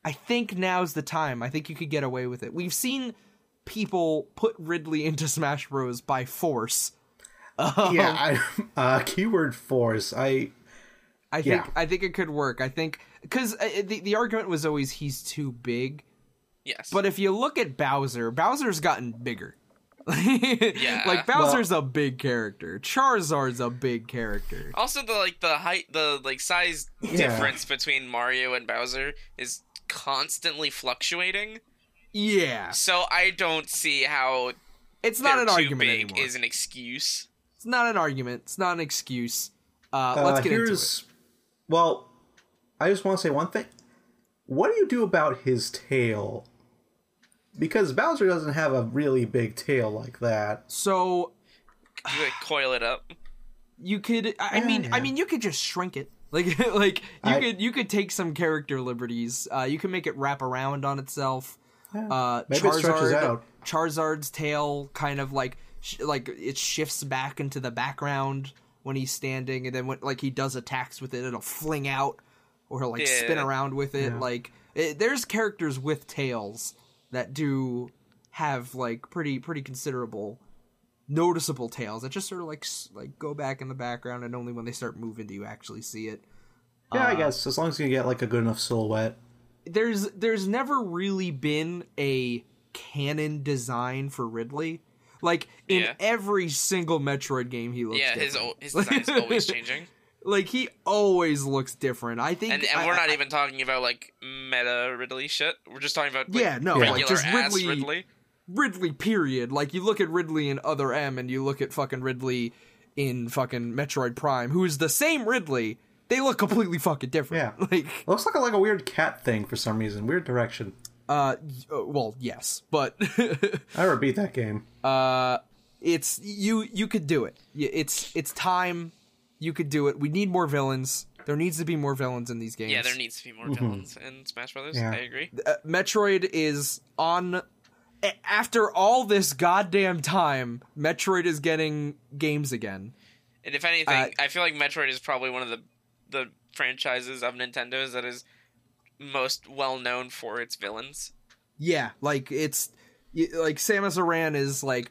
S3: I think now's the time. I think you could get away with it. We've seen people put Ridley into Smash Bros by force.
S2: Yeah, I, uh, keyword force. I
S3: I think
S2: Yeah.
S3: I think it could work. I think because the the argument was always he's too big,
S1: Yes.
S3: but if you look at Bowser, Bowser's gotten bigger. yeah, like Bowser's a big character. Charizard's a big character.
S1: also the like the height, the like size difference between Mario and Bowser is constantly fluctuating.
S3: Yeah,
S1: So I don't see how
S3: it's not
S1: they're
S3: an
S1: too
S3: argument
S1: big
S3: anymore.
S1: is an excuse.
S3: It's not an argument. It's not an excuse. Uh,
S2: uh,
S3: let's get into it.
S2: here's well, I just want to say one thing. What do you do about his tail? Because Bowser doesn't have a really big tail like that.
S3: So
S1: You like coil it up.
S3: you could. I, I mean, I mean, you could just shrink it. Like, like you
S2: I-
S3: could you could take some character liberties. Uh, you can make it wrap around on itself. Uh,
S2: Maybe it stretches
S3: Charizard-
S2: out.
S3: Charizard's tail kind of like sh- like it shifts back into the background when he's standing, and then when like he does attacks with it, it'll fling out or like spin
S1: Yeah.
S3: around with it. Like it, there's characters with tails that do have like pretty pretty considerable noticeable tails that just sort of like s- like go back in the background, and only when they start moving do you actually see it.
S2: Yeah,
S3: Uh.
S2: I guess as long as you get like a good enough silhouette.
S3: there's there's never really been a canon design for Ridley. Like in
S1: Yeah.
S3: every single Metroid game, he looks
S1: Yeah, his
S3: different.
S1: o- his design is always changing,
S3: like he always looks different. I think,
S1: and and we're
S3: I-
S1: not e-
S3: I-
S1: even talking about like meta Ridley shit. We're just talking about like,
S3: yeah, no,
S2: Yeah.
S3: like
S1: regular
S3: just
S1: ass
S3: Ridley,
S1: Ridley.
S3: Ridley period. Like you look at Ridley in Other M and you look at fucking Ridley in fucking Metroid Prime, who is the same Ridley, they look completely fucking different.
S2: Yeah.
S3: Like
S2: looks like a, like a weird cat thing for some reason. Weird direction.
S3: uh y- uh, well, yes, but
S2: I ever beat that game.
S3: uh it's you you could do it. Y- It's it's time you could do it. We need more villains. There needs to be more villains in these games.
S1: Yeah, there needs to be more
S3: Mm-hmm.
S1: villains in Smash Brothers.
S2: Yeah.
S1: I agree.
S3: uh, Metroid is on. a- After all this goddamn time, Metroid is getting games again.
S1: And if anything,
S3: Uh,
S1: I feel like Metroid is probably one of the the franchises of Nintendo's that is most well known for its villains.
S3: Yeah, like it's y- like Samus Aran is like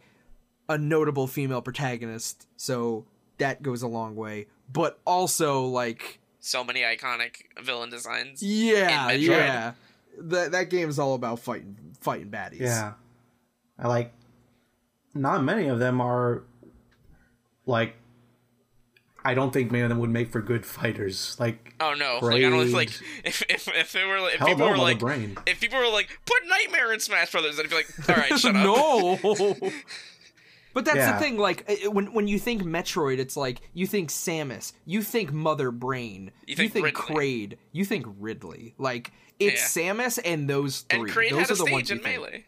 S3: a notable female protagonist, so that goes a long way. But also like
S1: So many iconic villain designs.
S3: yeah,
S1: And Metroid.
S3: yeah. That that game is all about fighting fighting baddies.
S2: Yeah. I like not many of them are like I don't think many of them would make for good fighters. Like
S1: Oh no! Like I don't
S2: Braid.
S1: like if if if they were if
S2: hell
S1: people
S2: no
S1: were
S2: about
S1: like
S2: the brain.
S1: if people were like put Nightmare in Smash Brothers, I'd be like, all right, shut up.
S3: no. But that's
S2: Yeah.
S3: the thing, like it- it- when when you think Metroid, it's like you think Samus, you think Mother Brain, you
S1: think
S3: think,
S1: Ridley.
S3: Kraid, you think Ridley. Like it's Samus and those three.
S1: And Kraid
S3: those
S1: had
S3: are
S1: a
S3: the ones
S1: stage
S3: you
S1: in
S3: think.
S1: Melee.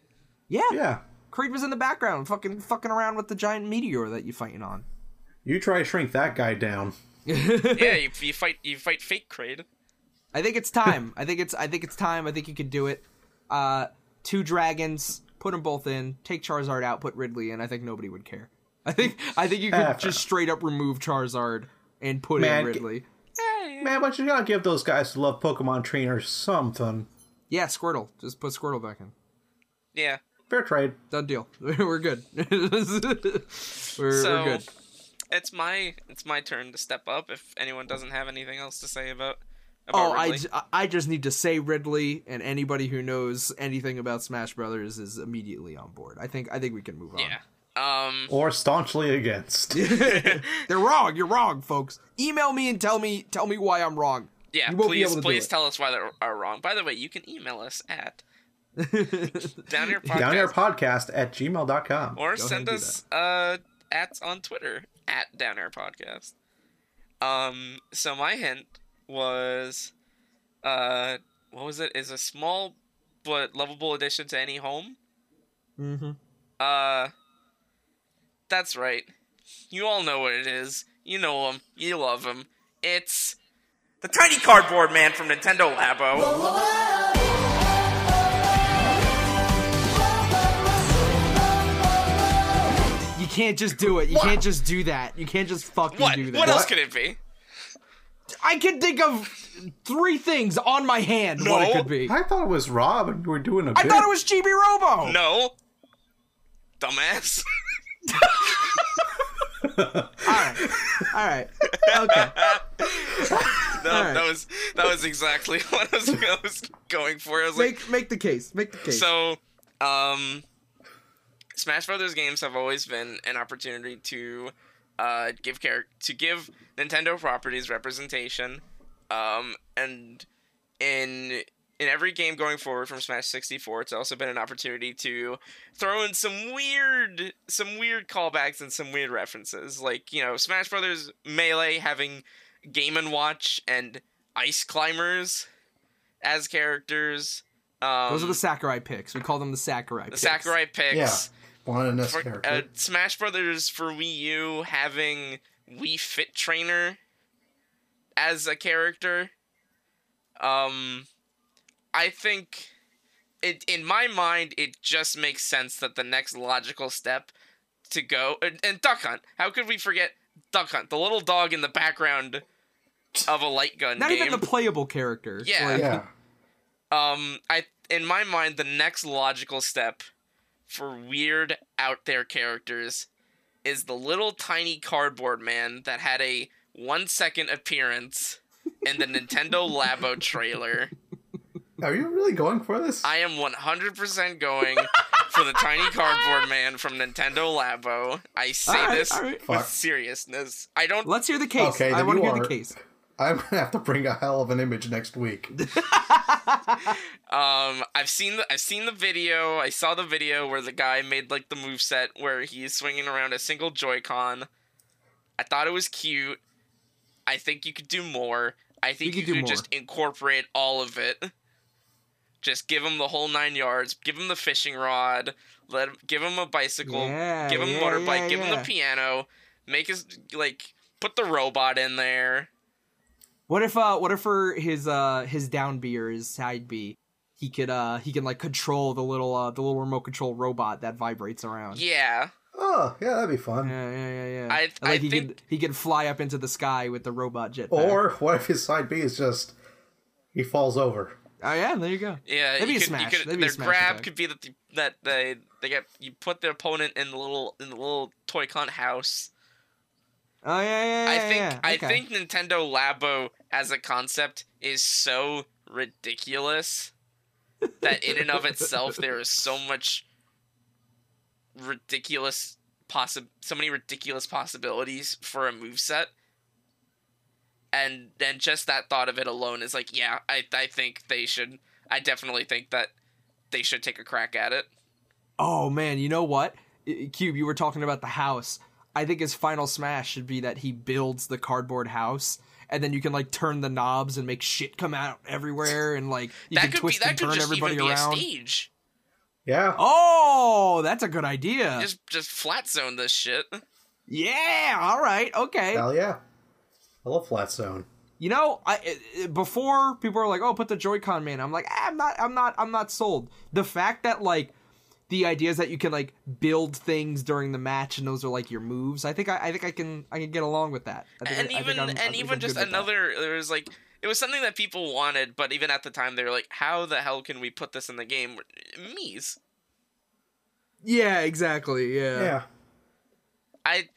S3: Yeah.
S2: Yeah.
S3: Creed was in the background, fucking fucking around with the giant meteor that you fighting on.
S2: You try to shrink that guy down.
S1: yeah, you, you fight you fight fake Kraid.
S3: I think it's time. I think it's I think it's time. I think you could do it. Uh, two dragons, put them both in. Take Charizard out, put Ridley in. I think nobody would care. I think I think you could
S2: Yeah, fair
S3: just straight up remove Charizard and put
S2: Man,
S3: in Ridley.
S1: Eh,
S2: Man, but you gotta give those guys who love Pokemon trainers something.
S3: Yeah, Squirtle. Just put Squirtle back in.
S1: Yeah.
S2: Fair trade.
S3: Done deal. We're good. we're,
S1: So-
S3: we're good.
S1: it's my it's my turn to step up if anyone doesn't have anything else to say about about
S3: Oh, I,
S1: Ridley.
S3: j- I- I just need to say Ridley, and anybody who knows anything about Smash Brothers is immediately on board. I think I think we can move on.
S1: yeah. Um
S2: Or staunchly against.
S3: They're wrong. You're wrong, folks. Email me and tell me tell me why I'm wrong.
S1: yeah,
S3: You won't be
S1: please
S3: able to do
S1: please
S3: it.
S1: tell us why they are wrong. By the way, you can email us at down your podcast
S2: Down your podcast at gmail.com.
S1: or
S3: Go ahead and
S1: send
S3: do
S1: us uh at on Twitter at down air podcast. Um so my hint was uh what was it? Is a small but lovable addition to any home.
S3: Mm-hmm.
S1: Uh, that's right. You all know what it is. You know him. You love him. It's the tiny cardboard man from Nintendo Labo.
S3: You can't just do it. You can't just do that. You can't just fucking
S1: What?
S3: do that.
S1: What else could it be?
S3: I can think of three things on my hand what it
S1: No.
S3: could be.
S2: I thought it was Rob and you were doing a
S3: I
S2: bit.
S3: thought it was Chibi Robo.
S1: No. Dumbass.
S3: All right. All right. Okay.
S1: No,
S3: Alright.
S1: that was that was exactly what I was, I was going for. I was like,
S3: Make make the case. Make the case.
S1: so, um, Smash Brothers games have always been an opportunity to uh, give char- to give Nintendo properties representation, um, and in in every game going forward from Smash 64, it's also been an opportunity to throw in some weird some weird callbacks and some weird references, like you know Smash Brothers Melee having Game and Watch and Ice Climbers as characters. Um,
S3: Those are the Sakurai picks. We call them the Sakurai
S1: the
S3: picks.
S1: Sakurai picks.
S2: Yeah. One in this
S1: For-
S2: character.
S1: uh, Smash Brothers for Wii U having Wii Fit Trainer as a character. Um, I think it in my mind it just makes sense that the next logical step to go and, and Duck Hunt. How could we forget Duck Hunt, the little dog in the background of a light gun
S3: Not
S1: game?
S3: even the playable character.
S1: Yeah.
S3: Like,
S2: yeah.
S1: um i in my mind the next logical step for weird out there characters is the little tiny cardboard man that had a one second appearance in the nintendo labo trailer
S2: Are you really going for this?
S1: i am 100% going for the tiny cardboard man from nintendo labo i say
S3: All right,
S1: this
S3: all right.
S1: with
S2: Fuck.
S1: seriousness i don't
S3: Let's hear the case.
S2: Okay,
S3: I
S2: then
S3: want to
S2: you
S3: hear
S2: are-
S3: the case.
S2: I'm gonna have to bring a hell of an image next week.
S1: Um, I've seen the I've seen the video. I saw the video where the guy made like the move set where he's swinging around a single Joy-Con. I thought it was cute. I think you could do more. I think
S3: could
S1: you
S3: do
S1: could, just incorporate all of it. Just give him the whole nine yards. Give him the fishing rod. Let him, give him a bicycle.
S3: Yeah,
S1: give him
S3: yeah,
S1: a motorbike.
S3: yeah,
S1: give him
S3: yeah.
S1: the piano. Make his like put the robot in there.
S3: What if uh what if for his uh his down B or his side B, he could uh he can like control the little uh the little remote control robot that vibrates around.
S1: Yeah,
S2: Oh, yeah, that'd be fun.
S3: Yeah, yeah, yeah, yeah.
S1: I-
S3: And,
S1: I
S3: like he
S1: think-
S3: could he could fly up into the sky with the robot jetpack.
S2: Or what if his side B is just he falls over?
S3: oh yeah, there you go.
S1: yeah.
S3: That'd be
S1: you
S3: a
S1: could,
S3: smash.
S1: You could,
S3: That'd be a
S1: their
S3: smash
S1: grab
S3: attack.
S1: could be that the, that they they get you put the opponent in the little in the little Toy-Con house.
S3: Oh yeah, yeah, yeah.
S1: I think
S3: yeah.
S1: I
S3: Okay.
S1: think Nintendo Labo as a concept is so ridiculous that in and of itself there is so much ridiculous possi- so many ridiculous possibilities for a moveset. And and just that thought of it alone is like, yeah, I I think they should I definitely think that they should take a crack at it.
S3: Oh man, you know what? I- Cube, you were talking about the house. I think his final smash should be that he builds the cardboard house, and then you can like turn the knobs and make shit come out everywhere, and like you
S1: that
S3: can
S1: could be
S3: twist
S1: that
S3: and
S1: could
S3: turn
S1: just even
S3: everybody
S1: be
S3: around.
S1: a stage.
S2: Yeah.
S3: Oh, that's a good idea.
S1: Just just flat zone this shit.
S3: yeah, all right, okay.
S2: Hell yeah. I love Flat Zone.
S3: You know, I it- it- before people are like, "Oh, put the Joy-Con man." I'm like, "Ah, "I'm not, I'm not, I'm not sold." The fact that like the idea is that you can like build things during the match, and those are like your moves. I think I, I think I can, I can get along with that. I think I-
S1: and
S3: I think
S1: even
S3: I'm- I
S1: and
S3: think I'm
S1: even just
S3: good with that.
S1: another there was like it was something that people wanted but even at the time they were like how the hell can we put this in the game me's
S3: Yeah, exactly. Yeah.
S2: Yeah.
S1: i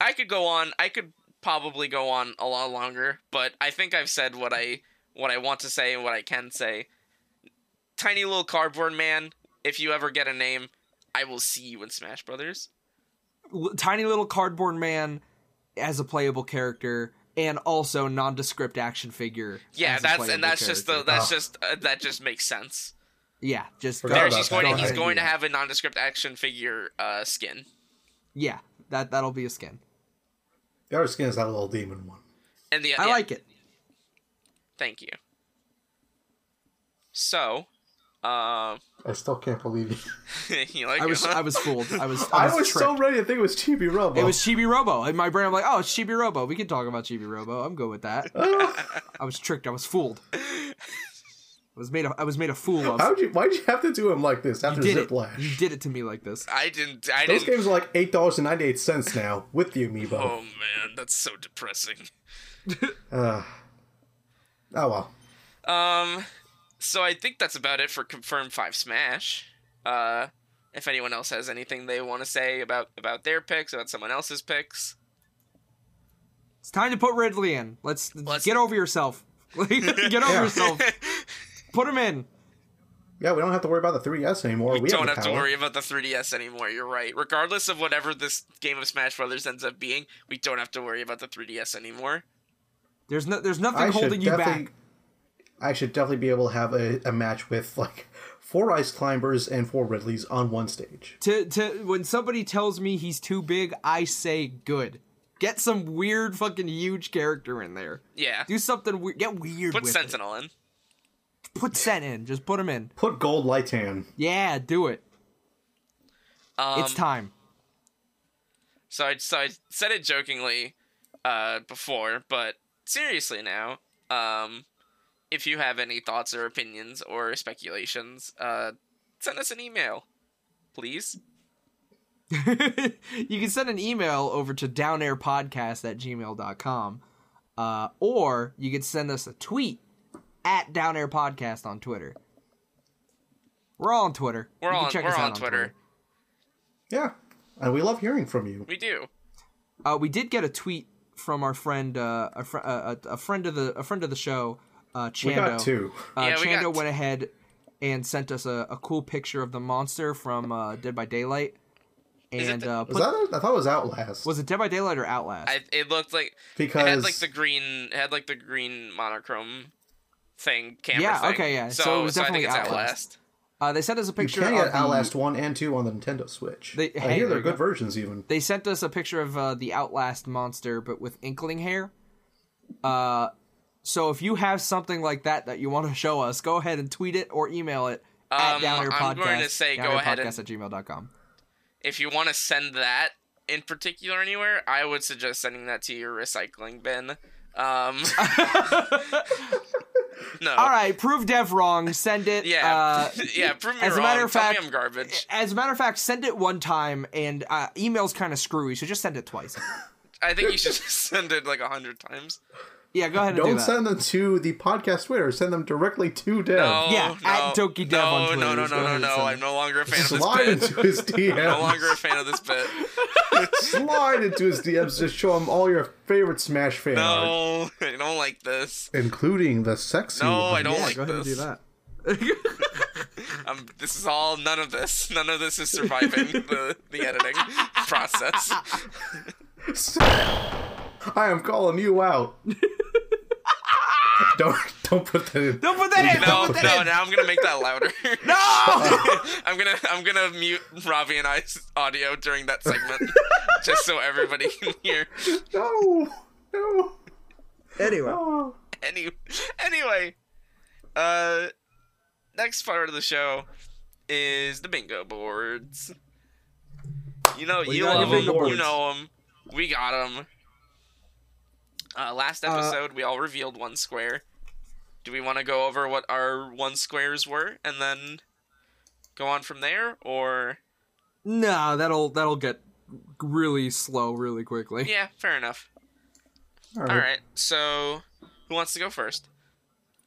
S1: i could go on i could probably go on a lot longer but i think i've said what i what i want to say and what i can say tiny little cardboard man if you ever get a name i will see you in smash brothers
S3: L- Tiny little cardboard man as a playable character, and also nondescript action figure.
S1: yeah
S3: as a
S1: that's
S3: playable
S1: and that's just the
S3: character.
S1: that's
S2: Oh.
S1: just uh, that just makes sense
S3: yeah. Just
S2: Forgot
S3: go-
S1: there
S2: about
S1: he's
S2: that.
S1: going to,
S2: Go
S1: he's
S2: ahead.
S1: going to have a nondescript action figure uh skin
S3: Yeah, that that'll be a skin.
S2: The other skin is that little demon one.
S1: and the
S3: I
S1: yeah.
S3: like it.
S1: Thank you. So, uh,
S2: I still can't believe you.
S1: you like
S3: I was
S1: it, huh?
S3: I was fooled. I was
S2: I
S3: I was,
S2: was
S3: tricked.
S2: so ready to think it was Chibi Robo.
S3: It was Chibi Robo. In my brain, I'm like, oh, it's Chibi Robo. We can talk about Chibi Robo. I'm good with that. I was tricked. I was fooled. I was made. A, I was made a fool of.
S2: How'd you, why'd you have to do him like this
S3: you
S2: after
S3: did it.
S2: Ziplash?
S3: You did it to me like this.
S1: I didn't. I
S2: Those
S1: didn't.
S2: games are like $8.98 now with the amiibo.
S1: Oh man, that's so depressing.
S2: Ugh. oh well.
S1: Um, so I think that's about it for confirmed five smash. Uh, if anyone else has anything they want to say about about their picks, about someone else's picks,
S3: It's time to put Ridley in. Let's,
S1: Let's-
S3: get over yourself. get over
S2: Yeah.
S3: yourself. Put him in.
S2: Yeah, we don't have to worry about the 3DS anymore. We,
S1: don't
S2: the
S1: have to
S2: power.
S1: worry about the 3DS anymore. You're right. Regardless of whatever this game of Smash Brothers ends up being, we don't have to worry about the 3DS anymore.
S3: There's no. There's nothing
S2: I should
S3: holding you
S2: definitely-
S3: back.
S2: I should definitely be able to have a, a match with like four ice climbers and four Ridleys on one stage.
S3: To to when somebody tells me he's too big, I say good. Get some weird fucking huge character in there.
S1: Yeah.
S3: Do something weird. Get weird.
S1: Put
S3: with it.
S1: Sentinel in.
S3: Put Sent in. Just put him in.
S2: Put gold Lightan.
S3: Yeah, do it.
S1: Um,
S3: it's time.
S1: So I, so I said it jokingly uh, before, but seriously now, um, if you have any thoughts or opinions or speculations, uh, send us an email, please.
S3: you can send an email over to downairpodcast at gmail.com. Uh, or you could send us a tweet at downairpodcast on Twitter. We're all on Twitter.
S1: We're
S3: You
S1: all
S3: can
S1: on,
S3: check
S1: we're
S3: us
S1: all
S3: out
S1: on Twitter.
S2: Yeah, and we love hearing from you.
S1: We do.
S3: Uh, we did get a tweet from our friend, uh, a, fr- uh, a, a friend of the a friend of the show, uh, Chando.
S2: We got two.
S3: Uh,
S1: Yeah, we
S3: Chando
S1: got t-
S3: went ahead and sent us a, a cool picture of the monster from uh, Dead by Daylight,
S1: Is it
S3: and
S1: the-
S3: uh,
S2: Was
S3: put,
S2: that? I thought it was Outlast.
S3: was it Dead by Daylight or Outlast?
S1: I, it looked like
S2: because
S1: it had like the green it had like the green monochrome thing camera
S3: Yeah,
S1: thing.
S3: okay, yeah.
S1: so,
S3: So it was
S1: I think
S3: definitely
S1: it's
S3: Outlast.
S1: outlast
S3: uh, they sent us a
S2: you
S3: picture
S2: can
S3: of
S2: get
S3: the,
S2: Outlast one and two on the Nintendo Switch.
S3: They-
S2: I
S3: hey,
S2: hear
S3: there
S2: they're
S3: you
S2: good
S3: go.
S2: versions even.
S3: They sent us a picture of uh, the Outlast monster, but with inkling hair. Uh, so if you have something like that that you want to show us, go ahead and tweet it or email it at
S1: Um,
S3: Down Air
S1: I'm going to
S3: Podcast,
S1: say go
S3: down Air
S1: ahead and-
S3: Podcast at gmail.com.
S1: if you want to send that in particular anywhere i would suggest sending that to your recycling bin um no
S3: All right, prove Dev wrong. Send it.
S1: yeah
S3: Uh,
S1: yeah prove me
S3: as a
S1: wrong
S3: matter of
S1: Tell me
S3: fact-
S1: i'm garbage
S3: as a matter of fact, send it one time, and uh, email's kind of screwy, so just send it twice.
S1: i think you should send it like a hundred times
S3: Yeah, go ahead and do
S2: Don't
S3: that.
S2: send them to the podcast Twitter. Send them directly to Dev.
S1: no
S3: Yeah,
S1: Oh, no,
S3: at Doki Dev
S1: no,
S3: on Twitter,
S1: no no
S3: just go
S1: no no
S3: ahead and
S1: no
S3: send
S1: i'm
S3: it.
S1: no longer a fan
S2: Slide
S1: of this bit
S2: into his
S1: no
S2: DM.
S1: longer a fan of this bit
S2: Slide into his DMs to show him all your favorite Smash fan art,
S1: no i don't like this
S2: including the sexy.
S1: No,
S2: one.
S1: I don't
S3: yeah,
S1: like
S3: go ahead
S1: this.
S3: and do that.
S1: Um, this is all none of this. None of this is surviving the, the editing process.
S2: I am calling you out. don't don't put that in.
S3: Don't put that in.
S1: No,
S3: Don't put that
S1: no.
S3: in.
S1: Now I'm gonna make that louder.
S3: No!
S1: I'm gonna I'm gonna mute Ravi and I's audio during that segment, just so everybody can hear.
S2: No, no.
S3: Anyway.
S2: Oh.
S1: Any anyway, uh, next part of the show is the bingo boards. You know,
S2: We
S1: you
S2: got
S1: love
S2: the
S1: them. You
S2: bingo boards.
S1: know them. We got them. Uh, last
S3: Uh,
S1: episode, we all revealed one square. Do we want to go over what our one squares were and then go on from there, or
S3: No, that'll that'll get really slow really quickly.
S1: yeah, fair enough.
S2: All
S1: All right, so who wants to go first?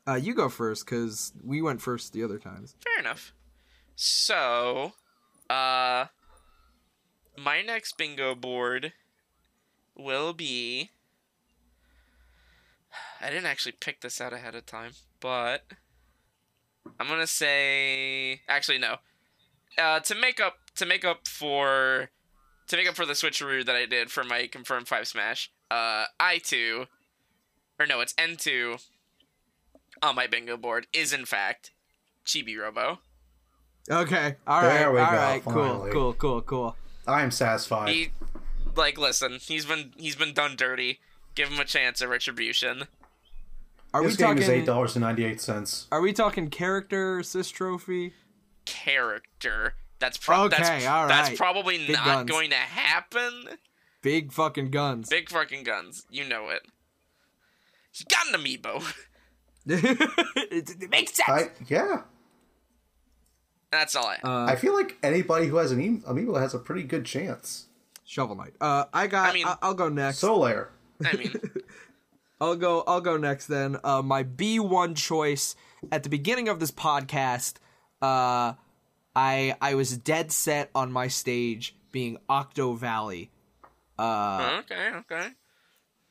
S3: Uh, you go first because we went first the other times.
S1: Fair enough. So, uh, my next bingo board will be. I didn't actually pick this out ahead of time, but I'm gonna say actually no. Uh, to make up to make up for to make up for the switcheroo that I did for my confirmed five smash, uh, I two, or no, it's N two. On my bingo board is in fact Chibi Robo.
S3: Okay. All right.
S2: There we
S3: all
S2: go,
S3: right, Cool.
S2: finally.
S3: Cool. Cool. Cool.
S2: I am satisfied.
S1: He, like, listen, he's been he's been done dirty. Give him a chance of retribution.
S3: Are
S2: this
S3: we
S2: game
S3: talking?
S2: is eight dollars and ninety eight cents.
S3: Are we talking character assist trophy?
S1: Character. That's pro-
S3: Okay,
S1: that's,
S3: all
S1: that's
S3: right.
S1: probably
S3: Big
S1: not
S3: guns.
S1: going to happen.
S3: Big fucking guns.
S1: Big fucking guns. You know it. He got an amiibo.
S3: it, it makes sense.
S2: I yeah.
S1: That's all I have.
S3: Uh,
S2: I feel like anybody who has an em- amiibo has a pretty good chance.
S3: Shovel Knight. Uh, I got.
S1: I
S3: I
S1: mean-
S3: I, will go next.
S2: Solaire.
S1: I mean,
S3: I'll go. I'll go next then. Uh, my B one choice at the beginning of this podcast. Uh, I I was dead set on my stage being Octo Valley. uh,
S1: okay, okay.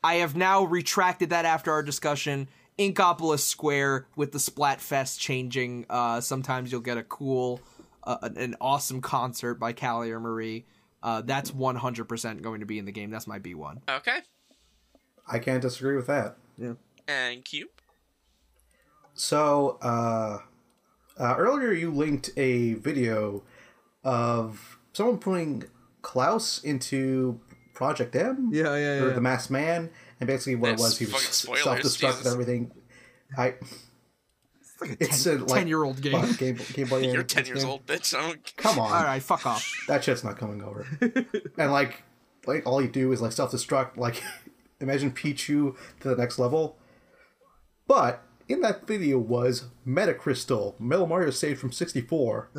S3: I have now retracted that after our discussion. Inkopolis Square with the Splatfest changing. Uh, sometimes you'll get a cool, uh, an, an awesome concert by Callie or Marie. Uh, that's 100% going to be in the game. That's my B1.
S1: Okay.
S2: I can't disagree with that.
S1: And Cube.
S2: So uh, uh, earlier you linked a video of someone putting Klaus into Project M.
S3: Yeah, yeah,
S2: Or
S3: yeah.
S2: the Masked Man, and basically what
S1: That's
S2: it was, he was
S1: fucking spoilers,
S2: self-destructed
S1: Jesus.
S2: everything. I. It's
S3: like
S2: a
S3: Ten, year old game.
S2: Fuck, Game, Game Boy
S1: You're
S2: Advance
S1: ten years
S2: game.
S1: old, bitch. I don't. c-
S2: Come on,
S3: All right, fuck off.
S2: that shit's not coming over. and like, like all you do is like self-destruct. Like, imagine Pichu to the next level. But in that video was Metacrystal, Metal Mario stage from '64,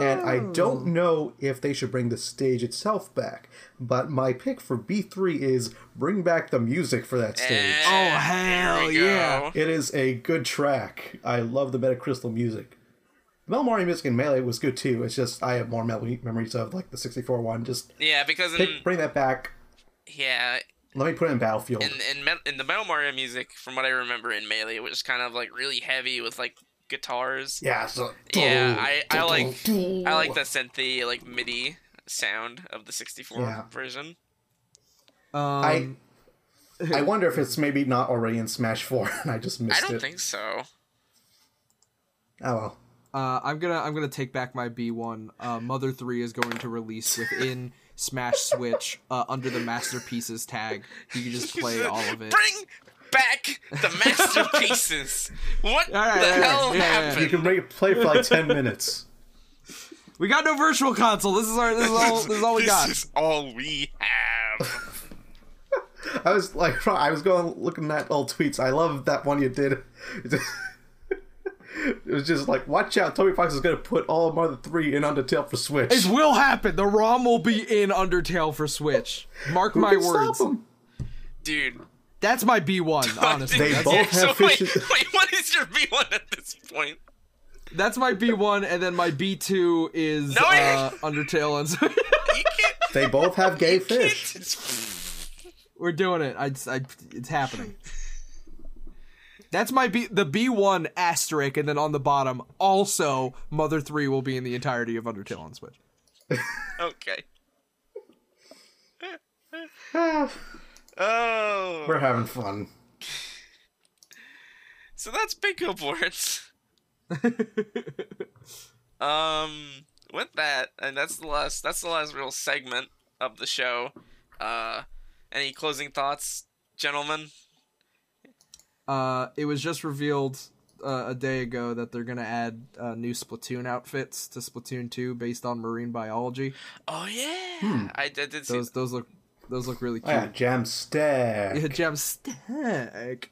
S2: and I don't know if they should bring the stage itself back. But my pick for B3 is bring back the music for that stage.
S1: Eh,
S3: Oh,
S1: there
S3: hell
S1: we go.
S3: yeah.
S2: It is a good track. I love the Metacrystal music. Metal Mario music in Melee was good too. It's just I have more mel- memories of like the 64 one. Just
S1: Yeah, because in,
S2: pick, bring that back.
S1: yeah,
S2: Let me put it in Battlefield.
S1: in in, Met- in the Metal Mario music, from what I remember in Melee, it was kind of like really heavy with like guitars.
S2: yeah, so
S1: Yeah, I, I like I like the synthy like MIDI sound of the 64
S2: Yeah.
S1: version.
S3: Um,
S2: I I wonder if it's maybe not already in Smash Four, and I just missed
S1: I don't
S2: it.
S1: think so.
S2: Oh well.
S3: Uh, I'm gonna I'm gonna take back my B one. Uh, Mother three is going to release within Smash Switch uh, under the masterpieces tag. You can just play all of it.
S1: Bring back the masterpieces. what
S3: All right,
S1: the
S3: all right,
S1: hell
S3: yeah, yeah.
S1: happened?
S2: You can make it play for like ten minutes.
S3: We got no virtual console. This is our this is all this is all we got.
S1: is all we have.
S2: I was like, I was going looking at old tweets. I love that one you did. it was just like, watch out, Toby Fox is going to put all of Mother Three in Undertale for Switch.
S3: It will happen. The ROM will be in Undertale for Switch. Mark
S2: Who
S3: my
S2: can stop
S3: words.
S2: him?
S1: Dude.
S3: That's my B one. Honestly,
S2: They
S3: that's,
S2: both
S1: Yeah,
S2: have
S1: so wait,
S2: fishes.
S1: wait, what is your V1 at this point?
S3: that's my B one, and then my B two is
S1: No, I-
S3: uh, Undertale. And
S1: You can't.
S2: They both have gay fish.
S3: We're doing it. I, I, it's happening. That's my B, the B one asterisk, and then on the bottom, also Mother Three will be in the entirety of Undertale on Switch.
S1: Okay.
S2: Ah,
S1: Oh.
S2: We're having fun.
S1: So that's bingo boards. um, with that, and that's the last. That's the last real segment of the show. Uh, any closing thoughts, gentlemen?
S3: Uh, it was just revealed uh, a day ago that they're gonna add uh, new Splatoon outfits to Splatoon Two based on marine biology.
S1: Oh yeah, I, I did see.
S3: Hmm. Those those look those look really
S2: Oh, yeah,
S3: cute.
S2: Jam Stack.
S3: Yeah, Gem stack.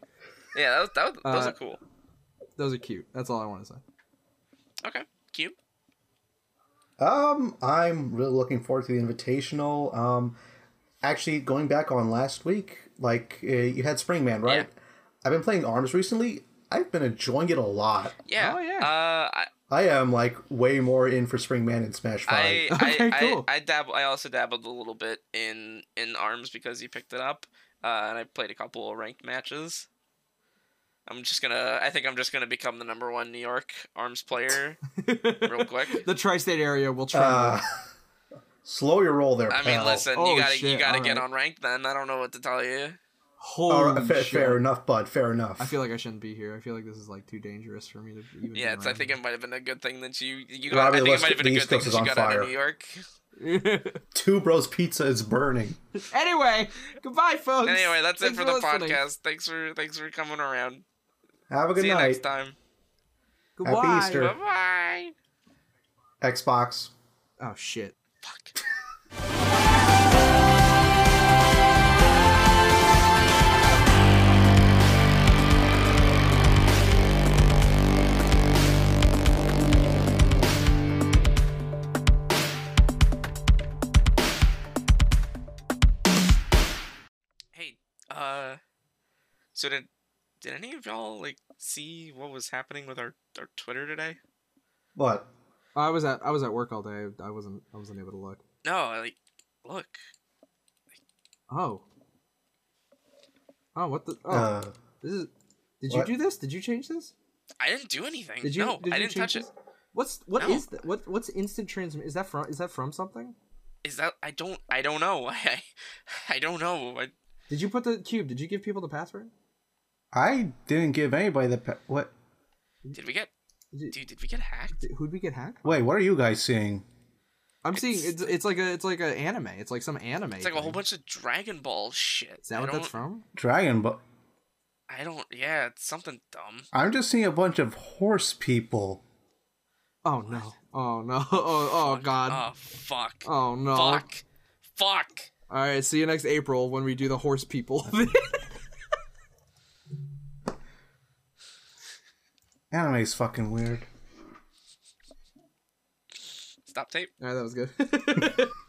S1: Yeah, that, that, those
S3: Uh,
S1: are cool.
S3: Those are cute. That's all I want to say.
S1: Okay, cute.
S2: Um, I'm really looking forward to the Invitational. Um, actually, going back on last week, like uh, you had Springman, right? I've been playing Arms recently. I've been enjoying it a lot.
S1: Yeah.
S3: Oh, yeah.
S1: Uh, I,
S2: I am like way more in for Springman and Smash
S1: I,
S2: Five.
S3: Okay,
S1: I,
S3: cool.
S1: I, I dabble. I also dabbled a little bit in in arms because you picked it up, uh, and I played a couple of ranked matches. I'm just gonna. I think I'm just gonna become the number one New York arms player real quick.
S3: The tri-state area will try.
S2: Uh, slow your roll there.
S1: I mean,
S2: pal.
S1: listen,
S3: Oh,
S1: you gotta you
S3: shit,
S1: gotta get
S3: alright.
S1: on ranked. Then I don't know what to tell you.
S3: Holy
S2: All right, oh, fair,
S3: shit.
S2: fair enough, bud. Fair enough.
S3: I feel like I shouldn't be here. I feel like this is like too dangerous for me to even. be
S1: Yeah, it's, I
S3: around.
S1: think it might have been a good thing that you you got. I
S2: Robbie, the
S1: think it
S2: West-
S1: might have been
S2: the
S1: a
S2: East
S1: good thing that
S2: Coast is
S1: you
S2: on
S1: got out
S2: fire.
S1: of New York.
S2: Two Bros Pizza is burning.
S3: anyway, goodbye, folks.
S1: Anyway, that's it
S3: Thanks
S1: for the
S3: listening.
S1: podcast. Thanks for thanks for coming around.
S2: Have a good
S1: See you
S2: night.
S1: next time.
S2: Happy
S3: Goodbye.
S2: Easter.
S1: Bye bye.
S2: Xbox.
S3: Oh shit.
S1: Fuck. Hey, uh, so did did any of y'all like see what was happening with our our Twitter today?
S2: What?
S3: I was at I was at work all day. I wasn't I wasn't able to look.
S1: No, like, look,
S3: Oh. Oh, what the? Oh,
S2: Uh,
S3: this is. Did
S2: what?
S3: you do this? Did you change this?
S1: I didn't do anything.
S3: Did you?
S1: no,
S3: did
S1: I
S3: you
S1: didn't
S3: change
S1: touch it.
S3: this? What's what is
S1: No.
S3: that? What what's instant transmit? Is that from is that from something?
S1: Is that I don't I don't know. I I don't know. I,
S3: Did you put the cube? Did you give people the password?
S2: I didn't give anybody the. Pa- what?
S1: did we get
S3: Did you,
S1: dude, did we get hacked?
S3: did, who'd we get hacked?
S2: Wait, what are you guys seeing?
S3: I'm seeing it's it's like a it's like an anime. It's like some anime.
S1: It's like a whole bunch of Dragon Ball shit.
S3: Is that
S1: I
S3: what
S1: don't,
S3: that's from?
S2: Dragon Ball.
S1: I don't yeah, it's something dumb.
S2: I'm just seeing a bunch of horse people.
S3: Oh no! Oh no! Oh, oh god!
S1: Oh fuck.
S3: Oh no!
S1: Fuck. Fuck.
S3: All right, see you next April when we do the horse people.
S2: Anime's fucking weird.
S1: Stop tape.
S3: All right, that was good.